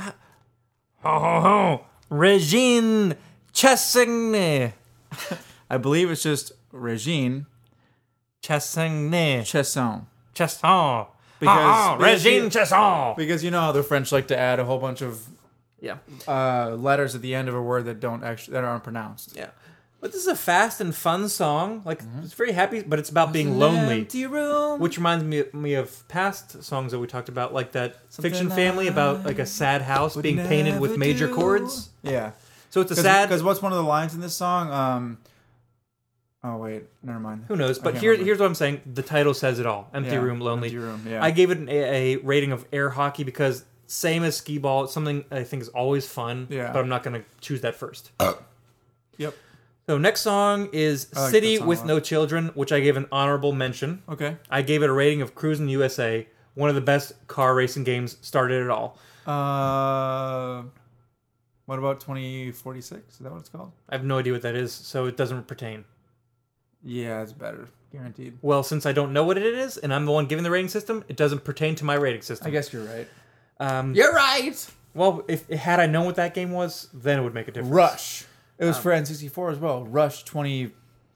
[SPEAKER 1] ho ho ho, Regine Chessigne.
[SPEAKER 2] I believe it's just Regine
[SPEAKER 1] Chessigne.
[SPEAKER 2] Chesson.
[SPEAKER 1] Chesson.
[SPEAKER 2] Because-
[SPEAKER 1] Because,
[SPEAKER 2] because
[SPEAKER 1] Regine
[SPEAKER 2] you-
[SPEAKER 1] Chesson.
[SPEAKER 2] Because you know how the French like to add a whole bunch of
[SPEAKER 1] Yeah.
[SPEAKER 2] uh, letters at the end of a word that don't actually that aren't pronounced.
[SPEAKER 1] Yeah. But this is a fast and fun song. Like
[SPEAKER 2] Mm-hmm.
[SPEAKER 1] it's very happy, but it's about being lonely.
[SPEAKER 2] Empty room.
[SPEAKER 1] Which reminds me, me of past songs that we talked about, like that fiction
[SPEAKER 2] that
[SPEAKER 1] family about like a sad house being painted with
[SPEAKER 2] never
[SPEAKER 1] major
[SPEAKER 2] do.
[SPEAKER 1] chords.
[SPEAKER 2] yeah.
[SPEAKER 1] So it's a sad.
[SPEAKER 2] Because what's one of the lines in this song? Um. Oh wait, never mind.
[SPEAKER 1] Who knows?
[SPEAKER 2] I
[SPEAKER 1] But
[SPEAKER 2] can't
[SPEAKER 1] here,
[SPEAKER 2] remember.
[SPEAKER 1] here's what I'm saying. The title says it all. Empty
[SPEAKER 2] Yeah,
[SPEAKER 1] room, lonely.
[SPEAKER 2] Empty Room, yeah.
[SPEAKER 1] I gave it an, a, a rating of air hockey because same as skee ball, it's something I think is always fun.
[SPEAKER 2] Yeah.
[SPEAKER 1] But I'm not gonna choose that first.
[SPEAKER 2] Yep.
[SPEAKER 1] So next song is
[SPEAKER 2] I like
[SPEAKER 1] City
[SPEAKER 2] that song a
[SPEAKER 1] with
[SPEAKER 2] lot.
[SPEAKER 1] No Children, which I gave an honorable mention.
[SPEAKER 2] Okay.
[SPEAKER 1] I gave it a rating of Cruisin' USA, one of the best car racing games started at all.
[SPEAKER 2] Uh. What about twenty forty six? Is that what it's called?
[SPEAKER 1] I have no idea what that is, so it doesn't pertain.
[SPEAKER 2] Yeah, it's better, guaranteed.
[SPEAKER 1] Well, since I don't know what it is, and I'm the one giving the rating system, it doesn't pertain to my rating system.
[SPEAKER 2] I guess you're right.
[SPEAKER 1] Um,
[SPEAKER 2] You're right.
[SPEAKER 1] Well, if had I known what that game was, then it would make a difference.
[SPEAKER 2] Um, Rush. It was for N64 as well. Rush 20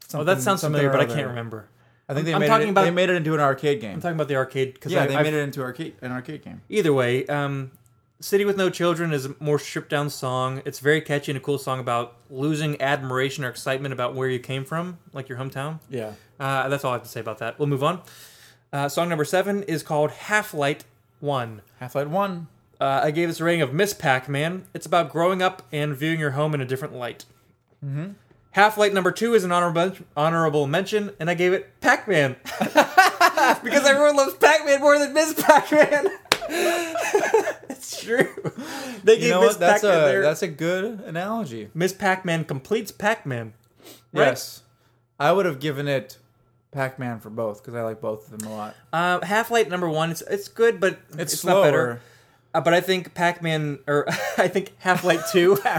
[SPEAKER 2] something.
[SPEAKER 1] Oh, that sounds
[SPEAKER 2] something
[SPEAKER 1] familiar,
[SPEAKER 2] or
[SPEAKER 1] but I
[SPEAKER 2] other.
[SPEAKER 1] can't remember.
[SPEAKER 2] I think they
[SPEAKER 1] I'm
[SPEAKER 2] made
[SPEAKER 1] talking
[SPEAKER 2] it,
[SPEAKER 1] about-
[SPEAKER 2] they made it into an arcade game.
[SPEAKER 1] I'm talking about the arcade because
[SPEAKER 2] yeah,
[SPEAKER 1] I,
[SPEAKER 2] they
[SPEAKER 1] I've-
[SPEAKER 2] made it into arcade an arcade game.
[SPEAKER 1] Either way, um, City with No Children is a more stripped down song. It's very catchy and a cool song about losing admiration or excitement about where you came from, like your hometown.
[SPEAKER 2] Yeah.
[SPEAKER 1] Uh, that's all I have to say about that. We'll move on. Uh, song number seven is called Half Light One.
[SPEAKER 2] Half Life One.
[SPEAKER 1] Uh, I gave this a rating of Miss Pac Man. It's about growing up and viewing your home in a different light.
[SPEAKER 2] Mm-hmm.
[SPEAKER 1] Half Light number two is an honorable, honorable mention, and I gave it Pac Man. because everyone loves Pac Man more than Miss Pac Man. it's true. They
[SPEAKER 2] You
[SPEAKER 1] gave
[SPEAKER 2] know
[SPEAKER 1] Miss
[SPEAKER 2] what?
[SPEAKER 1] Pac
[SPEAKER 2] That's
[SPEAKER 1] Man
[SPEAKER 2] a
[SPEAKER 1] their.
[SPEAKER 2] that's a good analogy.
[SPEAKER 1] Miss Pac Man completes Pac Man.
[SPEAKER 2] Yes. I would have given it Pac Man for both because I like both of them a lot.
[SPEAKER 1] Uh, Half Light number one, it's, it's good, but it's,
[SPEAKER 2] It's,
[SPEAKER 1] not
[SPEAKER 2] slower.
[SPEAKER 1] better. Uh, but I think Pac Man, or I think Half Light 2.
[SPEAKER 2] I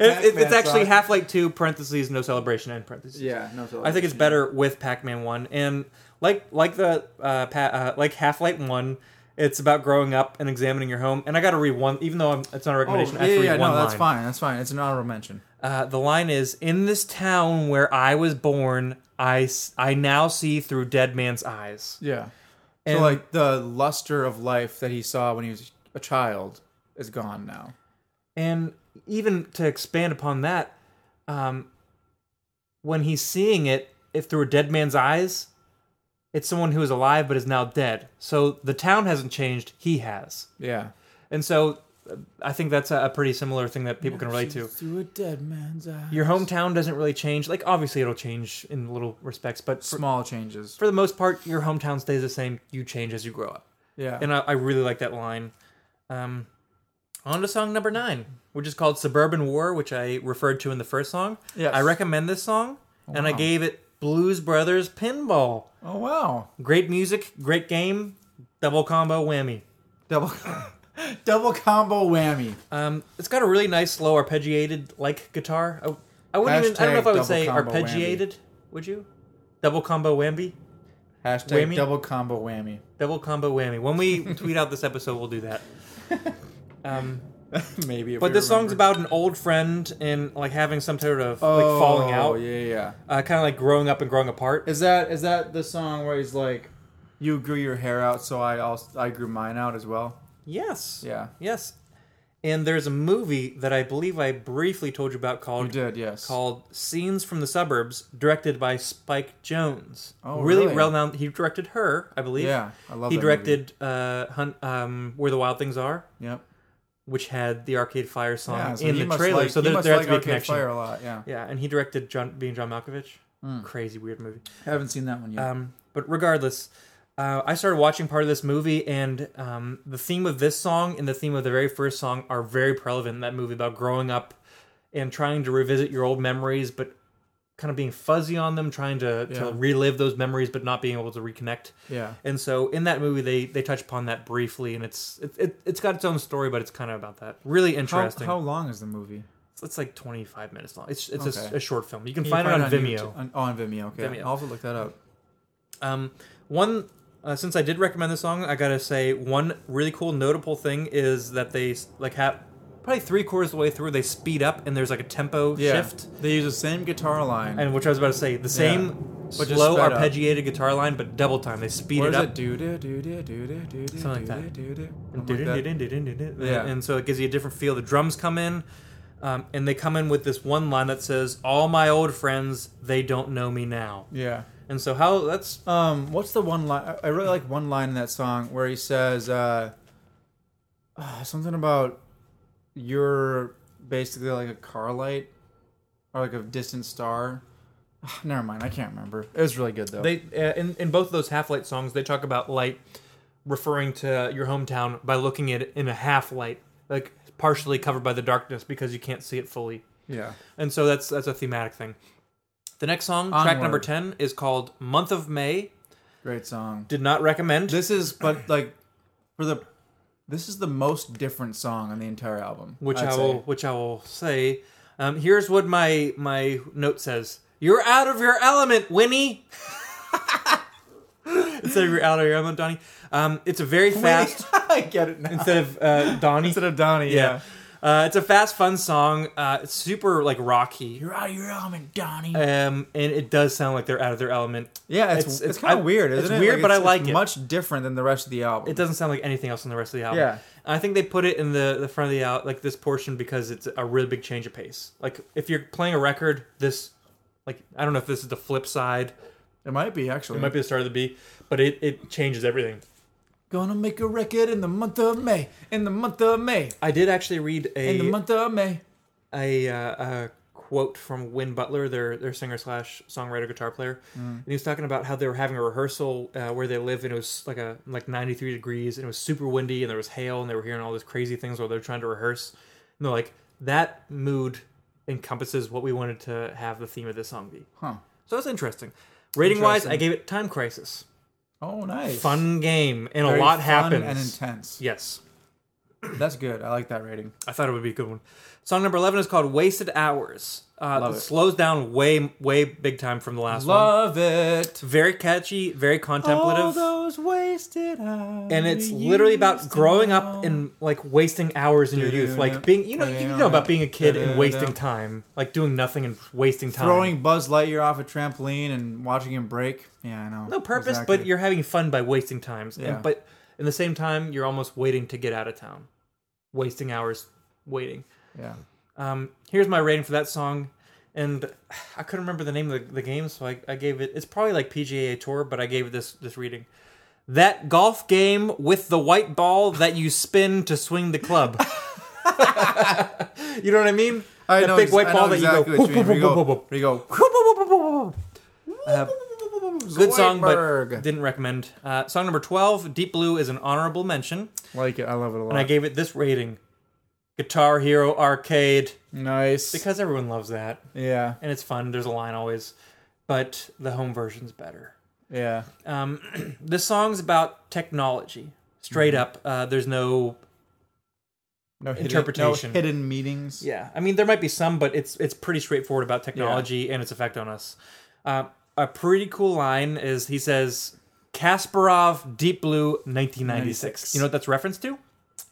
[SPEAKER 1] It- it- it's
[SPEAKER 2] Pac-Man
[SPEAKER 1] actually
[SPEAKER 2] sucks.
[SPEAKER 1] Half Life 2, parentheses, no celebration, end parentheses.
[SPEAKER 2] Yeah, no.
[SPEAKER 1] I think it's better with Pac Man 1. And like like the uh, pa- uh, like Half Life 1, it's about growing up and examining your home. And I got to read one, even though I'm, it's not a
[SPEAKER 2] Oh,
[SPEAKER 1] recommendation.
[SPEAKER 2] yeah,
[SPEAKER 1] I have to
[SPEAKER 2] yeah,
[SPEAKER 1] read
[SPEAKER 2] yeah,
[SPEAKER 1] one
[SPEAKER 2] no, that's
[SPEAKER 1] line.
[SPEAKER 2] fine. That's fine. It's an honorable mention.
[SPEAKER 1] Uh, the line is In this town where I was born, I, s- I now see through dead man's eyes.
[SPEAKER 2] Yeah.
[SPEAKER 1] And-
[SPEAKER 2] so like the luster of life that he saw when he was a child is gone now.
[SPEAKER 1] And even to expand upon that, um, when he's seeing it, if through a dead man's eyes, it's someone who is alive but is now dead. So the town hasn't changed; he has.
[SPEAKER 2] Yeah.
[SPEAKER 1] And so, uh, I think that's a, a pretty similar thing that people can relate to.
[SPEAKER 2] Through a dead man's eye.
[SPEAKER 1] Your hometown doesn't really change. Like obviously, it'll change in little respects, but for,
[SPEAKER 2] Small changes.
[SPEAKER 1] for the most part, your hometown stays the same. You change as you grow up,
[SPEAKER 2] Yeah.
[SPEAKER 1] and I, I really like that line. Um, on to song number nine, which is called "Suburban War," which I referred to in the first song.
[SPEAKER 2] Yes. Oh,
[SPEAKER 1] I recommend this song, and I
[SPEAKER 2] wow.
[SPEAKER 1] gave it Blues Brothers Pinball.
[SPEAKER 2] oh wow.
[SPEAKER 1] Great music, great game, double combo whammy.
[SPEAKER 2] Double double combo whammy.
[SPEAKER 1] Um, it's got a really nice, slow, arpeggiated like guitar. I, I wouldn't even. I don't know if I
[SPEAKER 2] Hashtag
[SPEAKER 1] would say
[SPEAKER 2] double combo
[SPEAKER 1] arpeggiated. Would you? Double combo whammy.
[SPEAKER 2] Hashtag
[SPEAKER 1] Whammy?
[SPEAKER 2] double combo whammy.
[SPEAKER 1] Double combo whammy. When we tweet out this episode, we'll do that. Um,
[SPEAKER 2] Maybe. If
[SPEAKER 1] but
[SPEAKER 2] we
[SPEAKER 1] this song's
[SPEAKER 2] remember.
[SPEAKER 1] about an old friend and like having some sort of
[SPEAKER 2] Oh,
[SPEAKER 1] like falling out,
[SPEAKER 2] Yeah, yeah.
[SPEAKER 1] uh, kind of like growing up and growing apart.
[SPEAKER 2] Is that is that the song where he's like, "You grew your hair out, so I also I grew mine out as well."
[SPEAKER 1] Yes.
[SPEAKER 2] Yeah.
[SPEAKER 1] Yes. And there's a movie that I believe I briefly told you about
[SPEAKER 2] You
[SPEAKER 1] called
[SPEAKER 2] did, yes.
[SPEAKER 1] called Scenes from the Suburbs, directed by Spike Jones.
[SPEAKER 2] Oh, really?
[SPEAKER 1] well known. He directed her, I believe.
[SPEAKER 2] Yeah, I love.
[SPEAKER 1] he
[SPEAKER 2] that
[SPEAKER 1] directed uh, Hunt, um, Where the Wild Things Are,
[SPEAKER 2] Movie. Yep.
[SPEAKER 1] which had the Arcade Fire song
[SPEAKER 2] Yeah, so
[SPEAKER 1] um, in
[SPEAKER 2] he
[SPEAKER 1] the
[SPEAKER 2] must
[SPEAKER 1] trailer.
[SPEAKER 2] like-
[SPEAKER 1] so
[SPEAKER 2] he
[SPEAKER 1] there,
[SPEAKER 2] must
[SPEAKER 1] there has
[SPEAKER 2] like
[SPEAKER 1] to be a
[SPEAKER 2] Arcade
[SPEAKER 1] connection.
[SPEAKER 2] Fire Hmm. a lot. Yeah.
[SPEAKER 1] Yeah, and he directed John, Being John Malkovich. Crazy weird movie.
[SPEAKER 2] Haven't seen that one yet.
[SPEAKER 1] Um, but regardless, uh, I started watching part of this movie, and um, the theme of this song and the theme of the very first song are very prevalent in that movie about growing up and trying to revisit your old memories, but kind of being fuzzy on them, trying to, to
[SPEAKER 2] Yeah.
[SPEAKER 1] relive those memories, but not being able to reconnect.
[SPEAKER 2] yeah.
[SPEAKER 1] And so in that movie, they they touch upon that briefly, and it's it, it it's got its own story, but it's kind of about that. Really
[SPEAKER 2] How,
[SPEAKER 1] interesting.
[SPEAKER 2] how long is the movie?
[SPEAKER 1] It's- it's like twenty five minutes long. It's it's a s-
[SPEAKER 2] Okay.
[SPEAKER 1] a, short film. You can find it on Vimeo.
[SPEAKER 2] YouTube- on, oh, on Vimeo. Okay.
[SPEAKER 1] Vimeo.
[SPEAKER 2] I'll have to look that up.
[SPEAKER 1] Um, one uh, since I did recommend this song, I gotta say one really cool notable thing is that they like have probably three quarters of the way through they speed up and there's like a tempo shift.
[SPEAKER 2] They use the same guitar line.
[SPEAKER 1] And which I was about to say, the same
[SPEAKER 2] But just
[SPEAKER 1] slow
[SPEAKER 2] sped up.
[SPEAKER 1] arpeggiated guitar line, but double time. They speed it
[SPEAKER 2] What is
[SPEAKER 1] up.
[SPEAKER 2] it? Do do do do do do do do
[SPEAKER 1] Something like
[SPEAKER 2] do,
[SPEAKER 1] that.
[SPEAKER 2] do, do.
[SPEAKER 1] And
[SPEAKER 2] Something like that.
[SPEAKER 1] dun-dun-dun-dun-dun-dun.
[SPEAKER 2] Yeah.
[SPEAKER 1] And so it gives you a different feel. The drums come in, um, and they come in with this one line that says, "All my old friends, they don't know me now."
[SPEAKER 2] Yeah.
[SPEAKER 1] And so how that's
[SPEAKER 2] Um, what's the one line? I really like one line in that song where he says uh, uh, something about you're basically like a car light or like a distant star. Ah, Never mind, I can't remember. It was really good though.
[SPEAKER 1] They uh, in in both of those half light songs, they talk about light referring to your hometown by looking at it in a half light, like partially covered by the darkness because you can't see it fully.
[SPEAKER 2] yeah,
[SPEAKER 1] And so that's that's a thematic thing. The next song, track
[SPEAKER 2] Onward.
[SPEAKER 1] number ten, is called "Month of May."
[SPEAKER 2] great song.
[SPEAKER 1] Did not recommend.
[SPEAKER 2] This is but like for the this is the most different song on the entire album.
[SPEAKER 1] which
[SPEAKER 2] I'd
[SPEAKER 1] i
[SPEAKER 2] say.
[SPEAKER 1] will which I will say. Um, here's what my my note says: You're out of your element, Winnie. Instead of you're out of your element, Donnie. Um, it's a very fast
[SPEAKER 2] I get it now.
[SPEAKER 1] instead of uh, Donnie.
[SPEAKER 2] Instead of Donnie, yeah.
[SPEAKER 1] Yeah. Uh, it's a fast, fun song. Uh, it's super like rocky,
[SPEAKER 2] You're out of your element, Donnie.
[SPEAKER 1] um, and it does sound like they're out of their element.
[SPEAKER 2] Uh, yeah, it's,
[SPEAKER 1] it's-
[SPEAKER 2] it's,
[SPEAKER 1] it's-
[SPEAKER 2] kind
[SPEAKER 1] I-
[SPEAKER 2] of weird,
[SPEAKER 1] it's
[SPEAKER 2] isn't it?
[SPEAKER 1] weird, but I
[SPEAKER 2] it's-
[SPEAKER 1] like
[SPEAKER 2] it's
[SPEAKER 1] it.
[SPEAKER 2] Much different than the rest of the album.
[SPEAKER 1] It doesn't sound like anything else on the rest of the album.
[SPEAKER 2] Yeah.
[SPEAKER 1] And I think they put it in the the front of the out like this portion because it's a really big change of pace. Like if you're playing a record, this like I don't know if this is the flip side,
[SPEAKER 2] It might be actually.
[SPEAKER 1] it might be the start of the B, but it it changes everything.
[SPEAKER 2] Gonna make a record in the month of May. In the month of May.
[SPEAKER 1] I did actually read a
[SPEAKER 2] In the month of May.
[SPEAKER 1] a, uh, a quote from Win Butler, their their singer slash songwriter guitar player, and
[SPEAKER 2] Mm.
[SPEAKER 1] he was talking about how they were having a rehearsal uh, where they live, and it was like a like ninety three degrees, and it was super windy, and there was hail, and they were hearing all these crazy things while they're trying to rehearse, and they're like, that mood encompasses what we wanted to have the theme of this song be.
[SPEAKER 2] Huh.
[SPEAKER 1] So that's interesting. Rating wise, I
[SPEAKER 2] Interesting.
[SPEAKER 1] gave it Time Crisis.
[SPEAKER 2] Oh, nice.
[SPEAKER 1] Fun game, and
[SPEAKER 2] Very
[SPEAKER 1] a lot
[SPEAKER 2] fun
[SPEAKER 1] happens.
[SPEAKER 2] and intense.
[SPEAKER 1] Yes.
[SPEAKER 2] That's good. I like that rating.
[SPEAKER 1] I thought it would be a good one. Song number eleven is called "Wasted Hours." Uh,
[SPEAKER 2] Love
[SPEAKER 1] it
[SPEAKER 2] it.
[SPEAKER 1] slows down way, way big time from the last one.
[SPEAKER 2] Love it.
[SPEAKER 1] Very catchy, very contemplative,
[SPEAKER 2] All those wasted hours.
[SPEAKER 1] and it's literally about growing up and like wasting hours in your youth, like being you know you know about being a kid and wasting time, like doing nothing and wasting time.
[SPEAKER 2] Throwing Buzz Lightyear off a trampoline and watching him break. Yeah, I know.
[SPEAKER 1] no purpose,
[SPEAKER 2] Exactly.
[SPEAKER 1] but you're having fun by wasting times.
[SPEAKER 2] Yeah.
[SPEAKER 1] And, but in the same time, you're almost waiting to get out of town, wasting hours waiting.
[SPEAKER 2] Yeah.
[SPEAKER 1] Um, here's my rating for that song, and I couldn't remember the name of the, the game, so I, I gave it. It's probably like PGA Tour, but I gave it this this reading. That golf game with the white ball that you spin to swing the club. you know what I mean?
[SPEAKER 2] I
[SPEAKER 1] that
[SPEAKER 2] know
[SPEAKER 1] big
[SPEAKER 2] ex-
[SPEAKER 1] white
[SPEAKER 2] I know
[SPEAKER 1] ball
[SPEAKER 2] exactly
[SPEAKER 1] that
[SPEAKER 2] what you
[SPEAKER 1] you
[SPEAKER 2] mean. We
[SPEAKER 1] go.
[SPEAKER 2] go. We go.
[SPEAKER 1] Uh, Good song, but
[SPEAKER 2] Zoidberg.
[SPEAKER 1] didn't recommend. Uh, song number twelve, Deep Blue, is an honorable mention,
[SPEAKER 2] like it. I love it a lot.
[SPEAKER 1] and I gave it this rating: Guitar Hero Arcade,
[SPEAKER 2] nice.
[SPEAKER 1] because everyone loves that.
[SPEAKER 2] yeah.
[SPEAKER 1] and it's fun. There's a line always, but the home version's better.
[SPEAKER 2] Yeah.
[SPEAKER 1] Um, this song's about technology, straight
[SPEAKER 2] Mm-hmm.
[SPEAKER 1] up. Uh, there's no,
[SPEAKER 2] No hidden,
[SPEAKER 1] Interpretation.
[SPEAKER 2] No hidden meetings.
[SPEAKER 1] yeah. I mean, there might be some, but it's it's pretty straightforward about technology and its effect on us. Uh, a pretty cool line is he says, "Kasparov, Deep Blue, 1996."
[SPEAKER 2] 96.
[SPEAKER 1] You know what that's referenced to?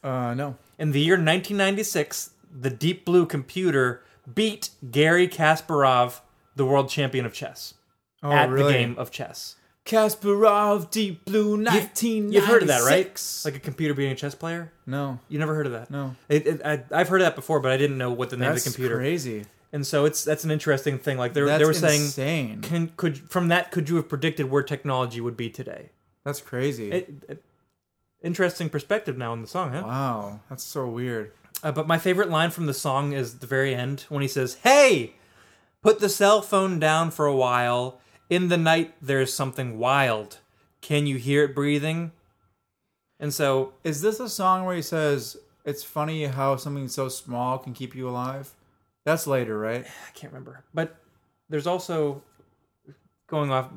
[SPEAKER 2] Uh, no.
[SPEAKER 1] In the year 1996, the Deep Blue computer beat Gary Kasparov, the world champion of chess,
[SPEAKER 2] Oh,
[SPEAKER 1] at
[SPEAKER 2] really?
[SPEAKER 1] the game of chess.
[SPEAKER 2] Kasparov Deep Blue
[SPEAKER 1] You've-
[SPEAKER 2] 1996.
[SPEAKER 1] You've heard of that, right? Like a computer being a chess player.
[SPEAKER 2] no.
[SPEAKER 1] You never heard of that?
[SPEAKER 2] No.
[SPEAKER 1] It, it, I, I've heard of that before, but I didn't know what the name
[SPEAKER 2] That's
[SPEAKER 1] of the computer.
[SPEAKER 2] crazy.
[SPEAKER 1] And so it's that's an interesting thing. Like they were
[SPEAKER 2] That's
[SPEAKER 1] they were saying,
[SPEAKER 2] insane.
[SPEAKER 1] can, could from that could you have predicted where technology would be today?
[SPEAKER 2] That's crazy.
[SPEAKER 1] It, it- interesting perspective now in the song, huh?
[SPEAKER 2] wow. That's so weird.
[SPEAKER 1] Uh, but my favorite line from the song is the very end when he says, "Hey, put the cell phone down for a while. In the night, there's something wild. Can you hear it breathing?" And so
[SPEAKER 2] Is this a song where he says, It's funny how something so small can keep you alive? That's later, right?
[SPEAKER 1] can't remember. But there's also going off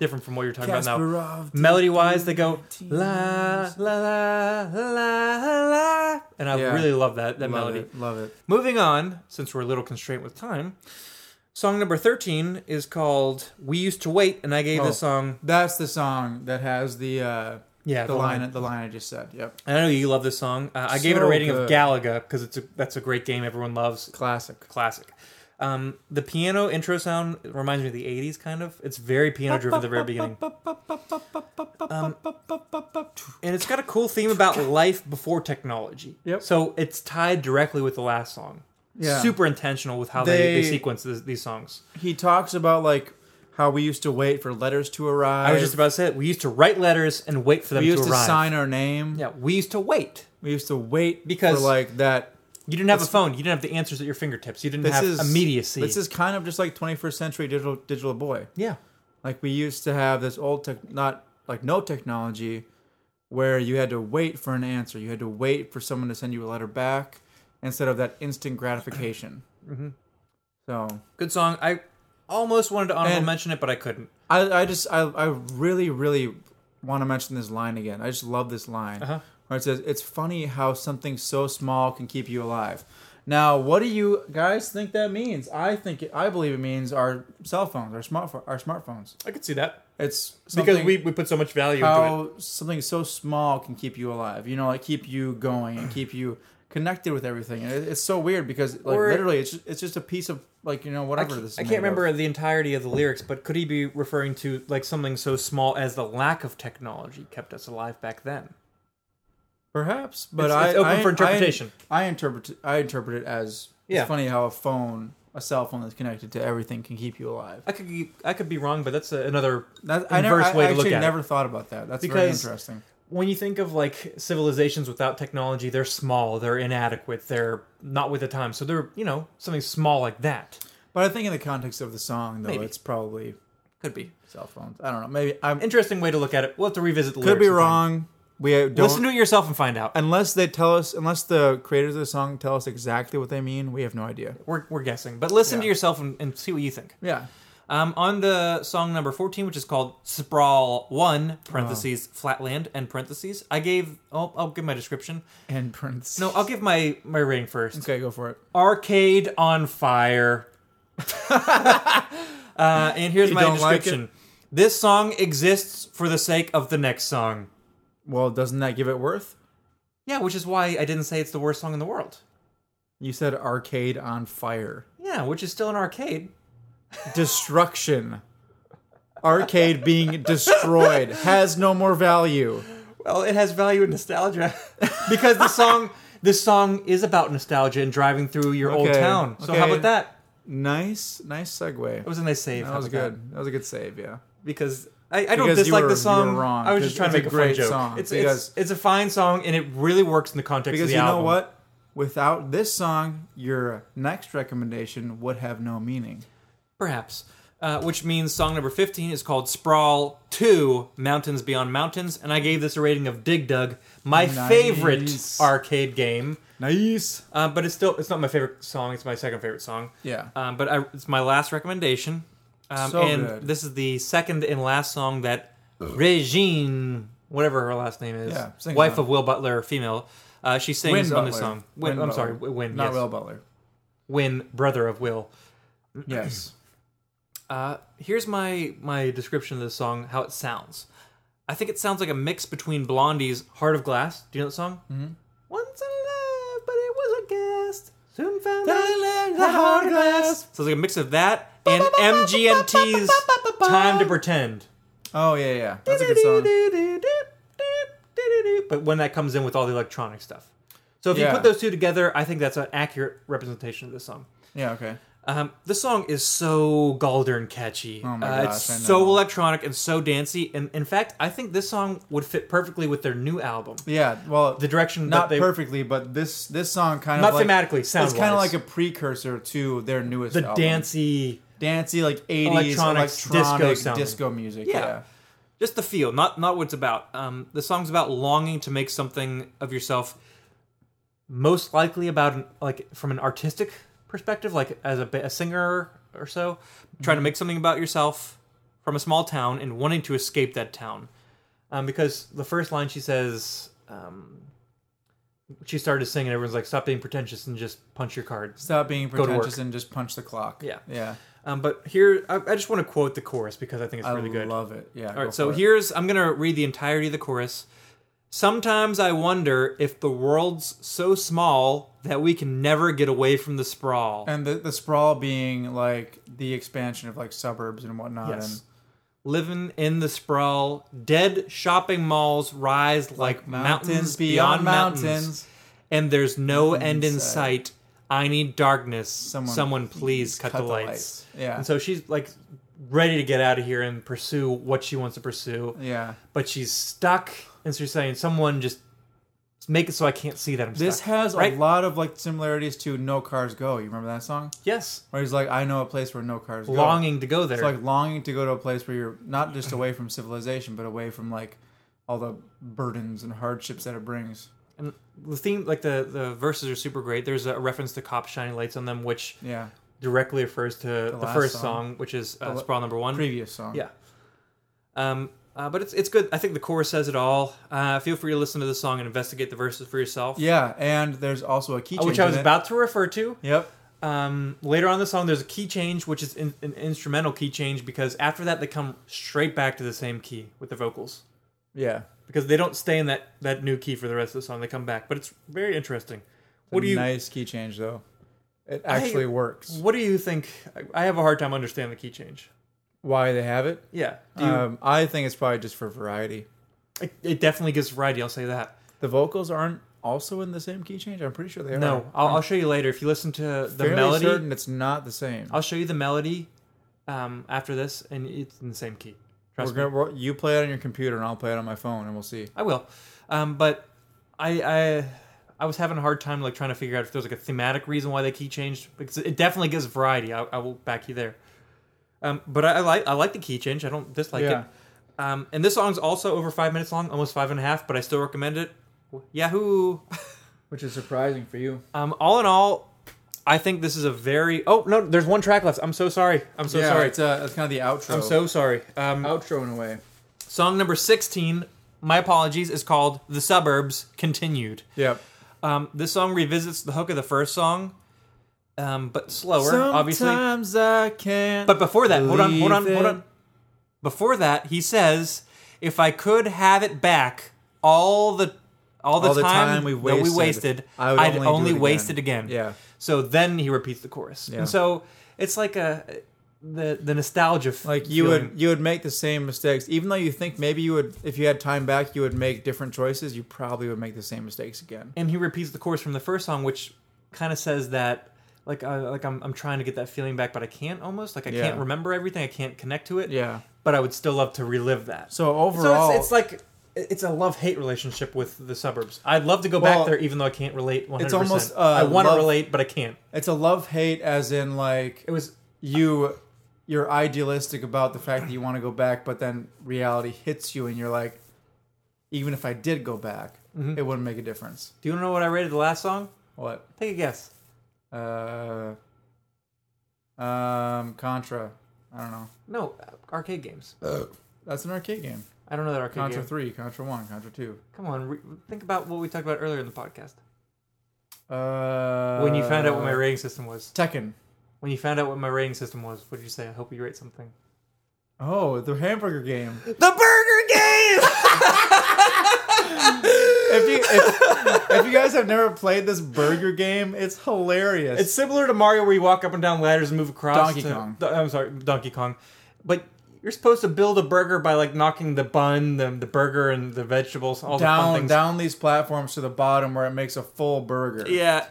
[SPEAKER 1] different from what you're talking about now.
[SPEAKER 2] Kasparov. Deep-
[SPEAKER 1] Melody wise, they go la la la la la, and I
[SPEAKER 2] Yeah.
[SPEAKER 1] really love that that
[SPEAKER 2] Love
[SPEAKER 1] melody.
[SPEAKER 2] it. Love it.
[SPEAKER 1] Moving on, since we're a little constrained with time, song number thirteen is called "We Used to Wait," and I gave
[SPEAKER 2] Oh.
[SPEAKER 1] this song.
[SPEAKER 2] That's the song that has the uh,
[SPEAKER 1] Yeah,
[SPEAKER 2] the line the line I just said. Yep.
[SPEAKER 1] I know you love this song. Uh, I gave it a
[SPEAKER 2] So
[SPEAKER 1] rating of
[SPEAKER 2] good.
[SPEAKER 1] Galaga because it's a, that's a great game everyone loves.
[SPEAKER 2] Classic.
[SPEAKER 1] classic. Um, the piano intro sound reminds me of the '80s, kind of. It's very piano driven at the very beginning, Um, and it's got a cool theme about life before technology.
[SPEAKER 2] Yep.
[SPEAKER 1] So it's tied directly with the last song.
[SPEAKER 2] Yeah.
[SPEAKER 1] Super intentional with how they, they,
[SPEAKER 2] They-
[SPEAKER 1] sequence this, these songs.
[SPEAKER 2] He talks about like how we used to wait for letters to arrive.
[SPEAKER 1] I was just about to say it. We used to write letters and wait for them
[SPEAKER 2] we used
[SPEAKER 1] to
[SPEAKER 2] to,
[SPEAKER 1] arrive.
[SPEAKER 2] sign our name.
[SPEAKER 1] yeah, we used to wait.
[SPEAKER 2] We used to wait
[SPEAKER 1] Because-
[SPEAKER 2] for like that.
[SPEAKER 1] You didn't have a phone. You didn't have the answers at your fingertips. You didn't
[SPEAKER 2] This
[SPEAKER 1] have
[SPEAKER 2] is
[SPEAKER 1] immediacy.
[SPEAKER 2] This is kind of just like 21st century digital digital boy.
[SPEAKER 1] yeah.
[SPEAKER 2] Like we used to have this old tech, not like no technology, where you had to wait for an answer. You had to wait for someone to send you a letter back instead of that instant gratification.
[SPEAKER 1] Mm-hmm.
[SPEAKER 2] So
[SPEAKER 1] Good song. I almost wanted to honorable
[SPEAKER 2] And-
[SPEAKER 1] mention it, but I couldn't.
[SPEAKER 2] I, I just I, I really really want to mention this line again. I just love this line
[SPEAKER 1] Uh-huh.
[SPEAKER 2] where it says, "It's funny how something so small can keep you alive." Now, what do you guys think that means? I think it, I believe it means our cell phones, our smartphone, our smartphones.
[SPEAKER 1] I could see that.
[SPEAKER 2] It's
[SPEAKER 1] because
[SPEAKER 2] something-
[SPEAKER 1] we, we put so much value into it.
[SPEAKER 2] how something so small can keep you alive. You know, like keep you going and keep you connected with everything. And it- it's so weird because like
[SPEAKER 1] Or-
[SPEAKER 2] literally it's just, it's just a piece of like you know
[SPEAKER 1] I
[SPEAKER 2] whatever
[SPEAKER 1] can't,
[SPEAKER 2] this. is
[SPEAKER 1] I
[SPEAKER 2] made
[SPEAKER 1] can't
[SPEAKER 2] of.
[SPEAKER 1] remember the entirety of the lyrics, but could he be referring to like something so small as the lack of technology kept us alive back then?
[SPEAKER 2] Perhaps, but
[SPEAKER 1] It's-
[SPEAKER 2] I
[SPEAKER 1] it's open
[SPEAKER 2] I-
[SPEAKER 1] for interpretation.
[SPEAKER 2] I, I interpret I interpret it as
[SPEAKER 1] Yeah.
[SPEAKER 2] it's funny how a phone, a cell phone that's connected to everything, can keep you alive.
[SPEAKER 1] I could be, I could be wrong, but that's a, another
[SPEAKER 2] That, I never, I,
[SPEAKER 1] Inverse way
[SPEAKER 2] I
[SPEAKER 1] to look
[SPEAKER 2] actually
[SPEAKER 1] at it.
[SPEAKER 2] never thought about that. That's very
[SPEAKER 1] Because-
[SPEAKER 2] interesting.
[SPEAKER 1] when you think of like civilizations without technology, they're small, they're inadequate, they're not with the times. So they're you know something small like that
[SPEAKER 2] But I think in the context of the song, though,
[SPEAKER 1] Maybe.
[SPEAKER 2] it's probably
[SPEAKER 1] could be
[SPEAKER 2] cell phones. I don't know. Maybe I'm
[SPEAKER 1] interesting way to look at it. We'll have to revisit the
[SPEAKER 2] could
[SPEAKER 1] lyrics.
[SPEAKER 2] be
[SPEAKER 1] sometime.
[SPEAKER 2] wrong. We uh, don't
[SPEAKER 1] Listen to it yourself and find out.
[SPEAKER 2] unless they tell us unless the creators of the song tell us exactly what they mean. We have no idea.
[SPEAKER 1] We're, we're guessing, but listen to
[SPEAKER 2] Yeah.
[SPEAKER 1] yourself and, and see what you think.
[SPEAKER 2] Yeah,
[SPEAKER 1] Um, on the song number 14, which is called Sprawl 1, parentheses, Flatland, and parentheses, I gave, oh, I'll give my description.
[SPEAKER 2] and Prince.
[SPEAKER 1] No, I'll give my, my rating first.
[SPEAKER 2] okay, go for it.
[SPEAKER 1] Arcade on fire. uh, and here's
[SPEAKER 2] You
[SPEAKER 1] my
[SPEAKER 2] don't like it?
[SPEAKER 1] description. this song exists for the sake of the next song.
[SPEAKER 2] Well, doesn't that give it worth?
[SPEAKER 1] Yeah, which is why I didn't say it's the worst song in the world.
[SPEAKER 2] You said arcade on fire.
[SPEAKER 1] Yeah, which is still an arcade.
[SPEAKER 2] destruction. Arcade being destroyed has no more value.
[SPEAKER 1] Well, it has value in nostalgia because the song this song is about nostalgia and driving through your old
[SPEAKER 2] Okay,
[SPEAKER 1] town. So how
[SPEAKER 2] okay.
[SPEAKER 1] about that?
[SPEAKER 2] Nice, nice segue.
[SPEAKER 1] It was a nice save.
[SPEAKER 2] That
[SPEAKER 1] How
[SPEAKER 2] was
[SPEAKER 1] about
[SPEAKER 2] good. That was a good save. Yeah.
[SPEAKER 1] because I, I don't
[SPEAKER 2] Because you
[SPEAKER 1] dislike
[SPEAKER 2] were-
[SPEAKER 1] the
[SPEAKER 2] you
[SPEAKER 1] song.
[SPEAKER 2] were wrong,
[SPEAKER 1] I was just trying
[SPEAKER 2] because
[SPEAKER 1] to make a,
[SPEAKER 2] it's
[SPEAKER 1] fun
[SPEAKER 2] a great
[SPEAKER 1] joke.
[SPEAKER 2] song,
[SPEAKER 1] It's,
[SPEAKER 2] because-
[SPEAKER 1] it's it's a fine song and it really works in the context of
[SPEAKER 2] Because
[SPEAKER 1] the
[SPEAKER 2] you know
[SPEAKER 1] album.
[SPEAKER 2] what? Without this song, your next recommendation would have no meaning.
[SPEAKER 1] Perhaps. Uh, which means song number 15 is called Sprawl 2 Mountains Beyond Mountains, and I gave this a rating of Dig Dug, my
[SPEAKER 2] Nice.
[SPEAKER 1] favorite arcade game.
[SPEAKER 2] Nice.
[SPEAKER 1] Uh, but it's still it's not my favorite song, it's my second favorite song.
[SPEAKER 2] Yeah.
[SPEAKER 1] Um, but I, it's my last recommendation. Um,
[SPEAKER 2] So
[SPEAKER 1] and
[SPEAKER 2] good.
[SPEAKER 1] this is the second and last song that Regine, whatever her last name is,
[SPEAKER 2] Yeah, sing
[SPEAKER 1] wife
[SPEAKER 2] about
[SPEAKER 1] of Will Butler, female, uh, she sings
[SPEAKER 2] Win
[SPEAKER 1] on
[SPEAKER 2] Butler.
[SPEAKER 1] this song. Win,
[SPEAKER 2] Win
[SPEAKER 1] I'm
[SPEAKER 2] Butler.
[SPEAKER 1] sorry, Win,
[SPEAKER 2] Not
[SPEAKER 1] yes.
[SPEAKER 2] Will Butler.
[SPEAKER 1] Win, brother of Will.
[SPEAKER 2] Yes.
[SPEAKER 1] Uh, here's my my description of this song, how it sounds. I think it sounds like a mix between Blondie's "Heart of Glass." Do you know that song? Mm-hmm. Once in love, but it was a guest. Soon found out the heart of glass. So it's like a mix of that and MGMT's "Time to Pretend."
[SPEAKER 2] Oh yeah, yeah. That's a good song.
[SPEAKER 1] But when that comes in with all the electronic stuff, so if
[SPEAKER 2] Yeah.
[SPEAKER 1] you put those two together, I think that's an accurate representation of this song.
[SPEAKER 2] Yeah. Okay.
[SPEAKER 1] Um, the song is so golden catchy.
[SPEAKER 2] Oh my
[SPEAKER 1] uh,
[SPEAKER 2] gosh,
[SPEAKER 1] it's
[SPEAKER 2] I know.
[SPEAKER 1] so electronic and so dancey. And in fact, I think this song would fit perfectly with their new album.
[SPEAKER 2] Yeah. Well,
[SPEAKER 1] The direction
[SPEAKER 2] not
[SPEAKER 1] that they
[SPEAKER 2] perfectly, but this this song kind
[SPEAKER 1] Not
[SPEAKER 2] of like,
[SPEAKER 1] thematically,
[SPEAKER 2] It's kind of
[SPEAKER 1] sound-wise.
[SPEAKER 2] like a precursor to their newest.
[SPEAKER 1] the
[SPEAKER 2] album.
[SPEAKER 1] dancey,
[SPEAKER 2] dancey like 80s
[SPEAKER 1] Electronics,
[SPEAKER 2] electronic
[SPEAKER 1] disco
[SPEAKER 2] disco,
[SPEAKER 1] sounding.
[SPEAKER 2] music
[SPEAKER 1] Yeah.
[SPEAKER 2] yeah.
[SPEAKER 1] just the feel, not not what it's about. Um, the song's about longing to make something of yourself. Most likely about an, like from an artistic perspective, like as a, ba- a singer or so, trying to make something about yourself from a small town and wanting to escape that town. Um, because the first line she says, um, she started singing. Everyone's like, "Stop being pretentious and just punch your cards."
[SPEAKER 2] stop being
[SPEAKER 1] to
[SPEAKER 2] pretentious
[SPEAKER 1] work.
[SPEAKER 2] and just punch the clock
[SPEAKER 1] Yeah.
[SPEAKER 2] yeah
[SPEAKER 1] Um, but here, I, I just want to quote the chorus because I think it's
[SPEAKER 2] i
[SPEAKER 1] really good.
[SPEAKER 2] love it yeah
[SPEAKER 1] All right, so here's I'm going to read the entirety of the chorus. Sometimes I wonder if the world's so small that we can never get away from the sprawl.
[SPEAKER 2] and the, the sprawl being like the expansion of like suburbs and whatnot
[SPEAKER 1] Yes. Living in the sprawl, dead shopping malls rise like,
[SPEAKER 2] and
[SPEAKER 1] mountains, beyond mountains, and there's no end in
[SPEAKER 2] in sight.
[SPEAKER 1] sight. I need darkness. Someone,
[SPEAKER 2] Someone
[SPEAKER 1] please cut, the, lights.
[SPEAKER 2] Yeah.
[SPEAKER 1] And so she's like ready to get out of here and pursue what she wants to pursue.
[SPEAKER 2] yeah
[SPEAKER 1] but she's stuck, and so she's saying, "Someone just make it so I can't see that I'm
[SPEAKER 2] this
[SPEAKER 1] stuck."
[SPEAKER 2] has
[SPEAKER 1] right?
[SPEAKER 2] a lot of like similarities to no cars go you remember that song
[SPEAKER 1] yes,
[SPEAKER 2] where he's like i know a place where no cars go
[SPEAKER 1] longing to go there.
[SPEAKER 2] It's like longing to go to a place where you're not just away from civilization, but away from like all the burdens and hardships that it brings.
[SPEAKER 1] and the theme, like the the verses are super great. There's a reference to cops shining lights on them, which
[SPEAKER 2] Yeah,
[SPEAKER 1] directly refers to the,
[SPEAKER 2] last
[SPEAKER 1] first song.
[SPEAKER 2] song.
[SPEAKER 1] which is uh,
[SPEAKER 2] la-
[SPEAKER 1] Sprawl Number One.
[SPEAKER 2] previous song.
[SPEAKER 1] Yeah. Um, uh, but it's it's good. I think the chorus says it all. Uh, feel free to listen to the song and investigate the verses for yourself.
[SPEAKER 2] yeah, and there's also a key
[SPEAKER 1] Uh,
[SPEAKER 2] change.
[SPEAKER 1] Which I was
[SPEAKER 2] in it.
[SPEAKER 1] about to refer to.
[SPEAKER 2] Yep.
[SPEAKER 1] Um, later on in the song, there's a key change, which is in, an instrumental key change because after that they come straight back to the same key with the vocals
[SPEAKER 2] Yeah.
[SPEAKER 1] because they don't stay in that that new key for the rest of the song. They come back, but it's very interesting.
[SPEAKER 2] What do you? Nice key change though. It actually works.
[SPEAKER 1] What do you think? I- I have a hard time understanding the key change.
[SPEAKER 2] Why they have it?
[SPEAKER 1] Yeah, do you,
[SPEAKER 2] Um, I think it's probably just for variety.
[SPEAKER 1] it, it definitely gives variety. I'll say that.
[SPEAKER 2] The vocals aren't also in the same key change. I'm pretty sure they are.
[SPEAKER 1] No, I'll, I'll show you later. If you listen to the
[SPEAKER 2] Fairly
[SPEAKER 1] melody,
[SPEAKER 2] certain it's not the same.
[SPEAKER 1] I'll show you the melody um, after this, and it's in the same key. Trust
[SPEAKER 2] We're
[SPEAKER 1] me.
[SPEAKER 2] gonna, we're, you play it on your computer, and I'll play it on my phone, and we'll see.
[SPEAKER 1] I will. Um, but I, I I was having a hard time like trying to figure out if there's like a thematic reason why they key changed because it definitely gives variety. I, I will back you there. Um, but I, I like I like the key change. I don't dislike
[SPEAKER 2] Yeah.
[SPEAKER 1] it. Um, and this song's also over five minutes long, almost five and a half, but I still recommend it. Yahoo!
[SPEAKER 2] Which is surprising for you.
[SPEAKER 1] Um, all in all, I think this is a very. Oh no, there's one track left. I'm so sorry. I'm so
[SPEAKER 2] yeah,
[SPEAKER 1] sorry.
[SPEAKER 2] It's, uh, it's kind of the outro.
[SPEAKER 1] I'm so sorry. Um,
[SPEAKER 2] outro in a way.
[SPEAKER 1] Song number 16, my apologies, is called The Suburbs Continued.
[SPEAKER 2] Yep.
[SPEAKER 1] Um, this song revisits the hook of the first song, um, but slower, obviously.
[SPEAKER 2] Sometimes I can't.
[SPEAKER 1] But before that, hold on, hold on,
[SPEAKER 2] believe
[SPEAKER 1] hold
[SPEAKER 2] it.
[SPEAKER 1] on. Before that, he says, "If I could have it back, all the all the,
[SPEAKER 2] All the
[SPEAKER 1] time,
[SPEAKER 2] time we
[SPEAKER 1] that we
[SPEAKER 2] wasted,
[SPEAKER 1] wasted,
[SPEAKER 2] I would
[SPEAKER 1] I'd
[SPEAKER 2] only
[SPEAKER 1] only,
[SPEAKER 2] do it again."
[SPEAKER 1] waste it again."
[SPEAKER 2] Yeah.
[SPEAKER 1] So then he repeats the chorus,
[SPEAKER 2] Yeah.
[SPEAKER 1] and so it's like a the the nostalgia. f-
[SPEAKER 2] Like you
[SPEAKER 1] feeling.
[SPEAKER 2] would you would make the same mistakes, even though you think maybe you would if you had time back you would make different choices. You probably would make the same mistakes again.
[SPEAKER 1] and he repeats the chorus from the first song, which kind of says that like uh, like I'm I'm trying to get that feeling back, but I can't almost like I
[SPEAKER 2] Yeah.
[SPEAKER 1] can't remember everything, I can't connect to it.
[SPEAKER 2] Yeah.
[SPEAKER 1] but I would still love to relive that.
[SPEAKER 2] So
[SPEAKER 1] so
[SPEAKER 2] overall,
[SPEAKER 1] it's, it's like it's a love hate relationship with the suburbs. I'd love to go
[SPEAKER 2] Well,
[SPEAKER 1] back there, even though I can't relate. 100%.
[SPEAKER 2] almost, uh,
[SPEAKER 1] I want to
[SPEAKER 2] love-
[SPEAKER 1] relate, but I can't.
[SPEAKER 2] it's a love hate, as in like
[SPEAKER 1] It was
[SPEAKER 2] you you're idealistic about the fact that you want to go back, but then reality hits you, and you're like, even if I did go back,
[SPEAKER 1] Mm-hmm.
[SPEAKER 2] it wouldn't make a difference.
[SPEAKER 1] Do you know what I rated the last song?
[SPEAKER 2] What?
[SPEAKER 1] Take a guess.
[SPEAKER 2] Uh, um, Contra. I don't know.
[SPEAKER 1] No, uh, arcade games.
[SPEAKER 2] That's an arcade game.
[SPEAKER 1] I don't know that arcade
[SPEAKER 2] Contra
[SPEAKER 1] game.
[SPEAKER 2] three, Contra one, Contra two.
[SPEAKER 1] Come on, re- think about what we talked about earlier in the podcast.
[SPEAKER 2] Uh,
[SPEAKER 1] When you found out what my rating system was.
[SPEAKER 2] Tekken.
[SPEAKER 1] When you found out what my rating system was, what did you say? I hope you rate something.
[SPEAKER 2] Oh, the hamburger game.
[SPEAKER 1] The Burger Game.
[SPEAKER 2] If you if, if you guys have never played this burger game, it's hilarious.
[SPEAKER 1] It's similar to Mario, where you walk up and down ladders and move across.
[SPEAKER 2] Donkey
[SPEAKER 1] to-
[SPEAKER 2] Kong.
[SPEAKER 1] Do- I'm sorry, Donkey Kong. But you're supposed to build a burger by like knocking the bun, the, the burger, and the vegetables, all the fun
[SPEAKER 2] down
[SPEAKER 1] things.
[SPEAKER 2] down these platforms to the bottom where it makes a full burger.
[SPEAKER 1] Yeah,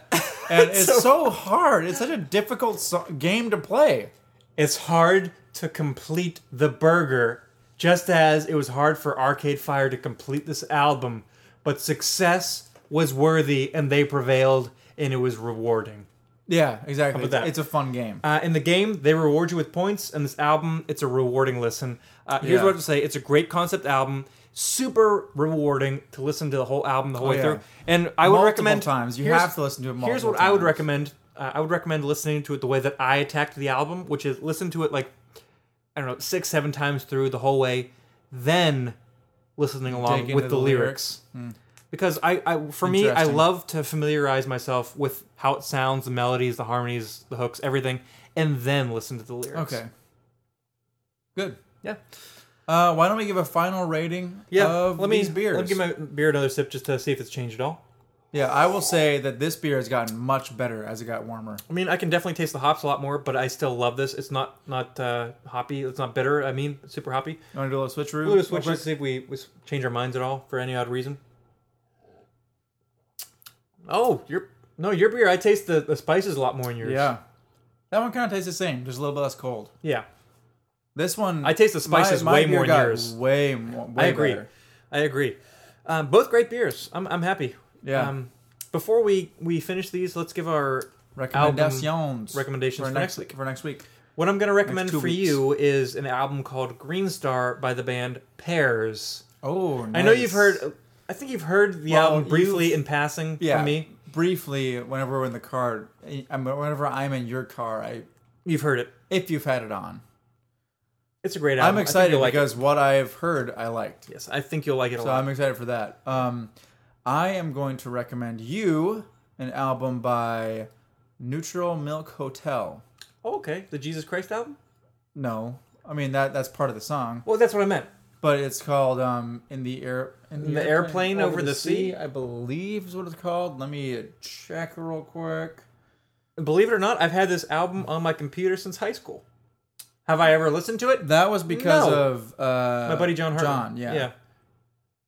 [SPEAKER 2] and it's so, hard. It's such a difficult so- game to play.
[SPEAKER 1] it's hard to complete the burger, just as it was hard for Arcade Fire to complete this album. But success was worthy, and they prevailed, and it was rewarding.
[SPEAKER 2] Yeah, exactly.
[SPEAKER 1] about that?
[SPEAKER 2] It's a fun game.
[SPEAKER 1] Uh, in the game, they reward you with points, and this album, it's a rewarding listen. Uh, here's
[SPEAKER 2] Yeah.
[SPEAKER 1] what I have to say: it's a great concept album, super rewarding to listen to the whole album the whole way
[SPEAKER 2] Oh, yeah.
[SPEAKER 1] through. And I would
[SPEAKER 2] Multiple
[SPEAKER 1] recommend
[SPEAKER 2] times. You
[SPEAKER 1] here's-
[SPEAKER 2] have to listen to it
[SPEAKER 1] Here's
[SPEAKER 2] multiple
[SPEAKER 1] what I would
[SPEAKER 2] times.
[SPEAKER 1] recommend: uh, I would recommend listening to it the way that I attacked the album, which is listen to it like I don't know six, seven times through the whole way, then listening along
[SPEAKER 2] into
[SPEAKER 1] with the,
[SPEAKER 2] the lyrics. Hmm.
[SPEAKER 1] lyrics because I, I for me I
[SPEAKER 2] Interesting.
[SPEAKER 1] love to familiarize myself with how it sounds, the melodies, the harmonies, the hooks, everything, and then listen to the lyrics.
[SPEAKER 2] Okay. Good.
[SPEAKER 1] Yeah.
[SPEAKER 2] Uh, why don't we give a final rating
[SPEAKER 1] Yeah.
[SPEAKER 2] of
[SPEAKER 1] let me
[SPEAKER 2] these beers?
[SPEAKER 1] let me give my beer another sip just to see if it's changed at all.
[SPEAKER 2] yeah, I will say that this beer has gotten much better as it got warmer.
[SPEAKER 1] I mean, I can definitely taste the hops a lot more, but I still love this. It's not not uh, hoppy. It's not bitter. I mean, super hoppy.
[SPEAKER 2] You want to do a little switcheroo?
[SPEAKER 1] We'll do a switch
[SPEAKER 2] real
[SPEAKER 1] to
[SPEAKER 2] quick?
[SPEAKER 1] see if we, we s- change our minds at all for any odd reason. Oh, your no, your beer. I taste the, the spices a lot more in yours.
[SPEAKER 2] Yeah. That one kind of tastes the same, just a little bit less cold.
[SPEAKER 1] yeah.
[SPEAKER 2] This one,
[SPEAKER 1] I taste the spices way
[SPEAKER 2] beer
[SPEAKER 1] more than
[SPEAKER 2] got
[SPEAKER 1] yours.
[SPEAKER 2] Way more. Way
[SPEAKER 1] I agree.
[SPEAKER 2] better.
[SPEAKER 1] I agree. Um, both great beers. I'm, I'm happy.
[SPEAKER 2] Yeah.
[SPEAKER 1] Um, before we, we finish these, let's give our
[SPEAKER 2] Recommendations.
[SPEAKER 1] recommendations for next week.
[SPEAKER 2] For next week.
[SPEAKER 1] What I'm going to recommend
[SPEAKER 2] two
[SPEAKER 1] for
[SPEAKER 2] weeks.
[SPEAKER 1] you is an album called Green Star by the band Pears.
[SPEAKER 2] Oh,
[SPEAKER 1] I know
[SPEAKER 2] nice.
[SPEAKER 1] you've heard. I think you've heard the
[SPEAKER 2] Well,
[SPEAKER 1] album briefly in passing
[SPEAKER 2] yeah,
[SPEAKER 1] from me.
[SPEAKER 2] Briefly, whenever we're in the car, I- I'm- whenever I'm in your car, I
[SPEAKER 1] You've heard it.
[SPEAKER 2] if you've had it on,
[SPEAKER 1] It's a great album.
[SPEAKER 2] I'm
[SPEAKER 1] I think
[SPEAKER 2] excited
[SPEAKER 1] you'll like
[SPEAKER 2] because what I've heard, I liked.
[SPEAKER 1] it. yes, I think you'll like it a
[SPEAKER 2] So
[SPEAKER 1] lot.
[SPEAKER 2] I'm excited for that. Um, I am going to recommend you an album by Neutral Milk Hotel.
[SPEAKER 1] Oh, okay, the Jesus Christ album.
[SPEAKER 2] No, I mean that that's part of the song.
[SPEAKER 1] Well, that's what I meant.
[SPEAKER 2] but it's called um, in the air in
[SPEAKER 1] the airplane over the sea?
[SPEAKER 2] I believe is what it's called. Let me uh, check real quick.
[SPEAKER 1] Believe it or not, I've had this album on my computer since high school. Have I ever listened to it?
[SPEAKER 2] That was because
[SPEAKER 1] No.
[SPEAKER 2] of uh,
[SPEAKER 1] My buddy John Hartman.
[SPEAKER 2] John, yeah.
[SPEAKER 1] yeah.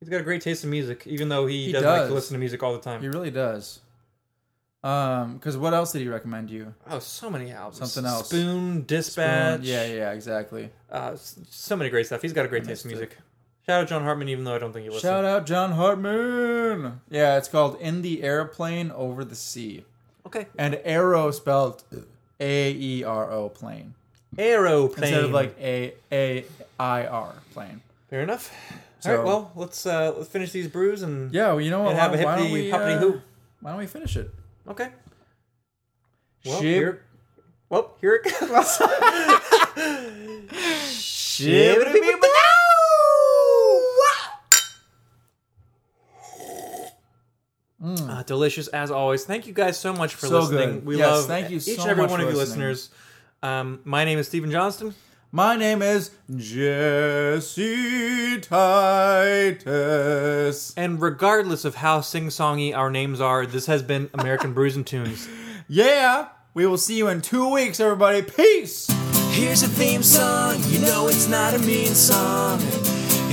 [SPEAKER 1] He's got a great taste in music, even though he,
[SPEAKER 2] He
[SPEAKER 1] doesn't like
[SPEAKER 2] does.
[SPEAKER 1] to listen to music all the time.
[SPEAKER 2] He really does. Um, because what else did he recommend you?
[SPEAKER 1] Oh, so many albums.
[SPEAKER 2] Something else.
[SPEAKER 1] Spoon, Dispatch.
[SPEAKER 2] yeah, yeah, exactly.
[SPEAKER 1] Uh, s- so many great stuff. He's got a great taste in music. Shout out John Hartman, even though I don't think he listens.
[SPEAKER 2] Shout out John Hartman. Yeah, it's called "In the Airplane Over the Sea,"
[SPEAKER 1] Okay.
[SPEAKER 2] and arrow spelled A E R O plane
[SPEAKER 1] Aeroplane.
[SPEAKER 2] instead of like A A I R plane.
[SPEAKER 1] Fair enough. all
[SPEAKER 2] So-
[SPEAKER 1] right. Well, let's uh, let's finish these brews and
[SPEAKER 2] Yeah, well, you know what?
[SPEAKER 1] And have a
[SPEAKER 2] why, why don't
[SPEAKER 1] hippity
[SPEAKER 2] we?
[SPEAKER 1] hoppity
[SPEAKER 2] uh,
[SPEAKER 1] hoo.
[SPEAKER 2] Why don't we finish it?
[SPEAKER 1] okay. Well,
[SPEAKER 2] Ship-
[SPEAKER 1] here. Well, here it comes. Uh, delicious as always. Thank you guys so much for
[SPEAKER 2] Hmm. So
[SPEAKER 1] listening.
[SPEAKER 2] good.
[SPEAKER 1] We
[SPEAKER 2] Yes,
[SPEAKER 1] love
[SPEAKER 2] thank you
[SPEAKER 1] each
[SPEAKER 2] so
[SPEAKER 1] and every
[SPEAKER 2] much
[SPEAKER 1] one
[SPEAKER 2] for
[SPEAKER 1] of you
[SPEAKER 2] listening.
[SPEAKER 1] listeners. Um, my name is Stephen Johnston.
[SPEAKER 2] My name is Jesse Titus.
[SPEAKER 1] And regardless of how sing songy our names are, this has been American Brews and Tunes.
[SPEAKER 2] Yeah, we will see you in two weeks, everybody. Peace.
[SPEAKER 3] Here's a theme song, you know it's not a mean song.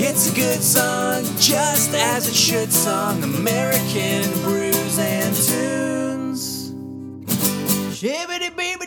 [SPEAKER 3] It's a good song, just as it should song. American brews and tunes.
[SPEAKER 2] Shibbity bee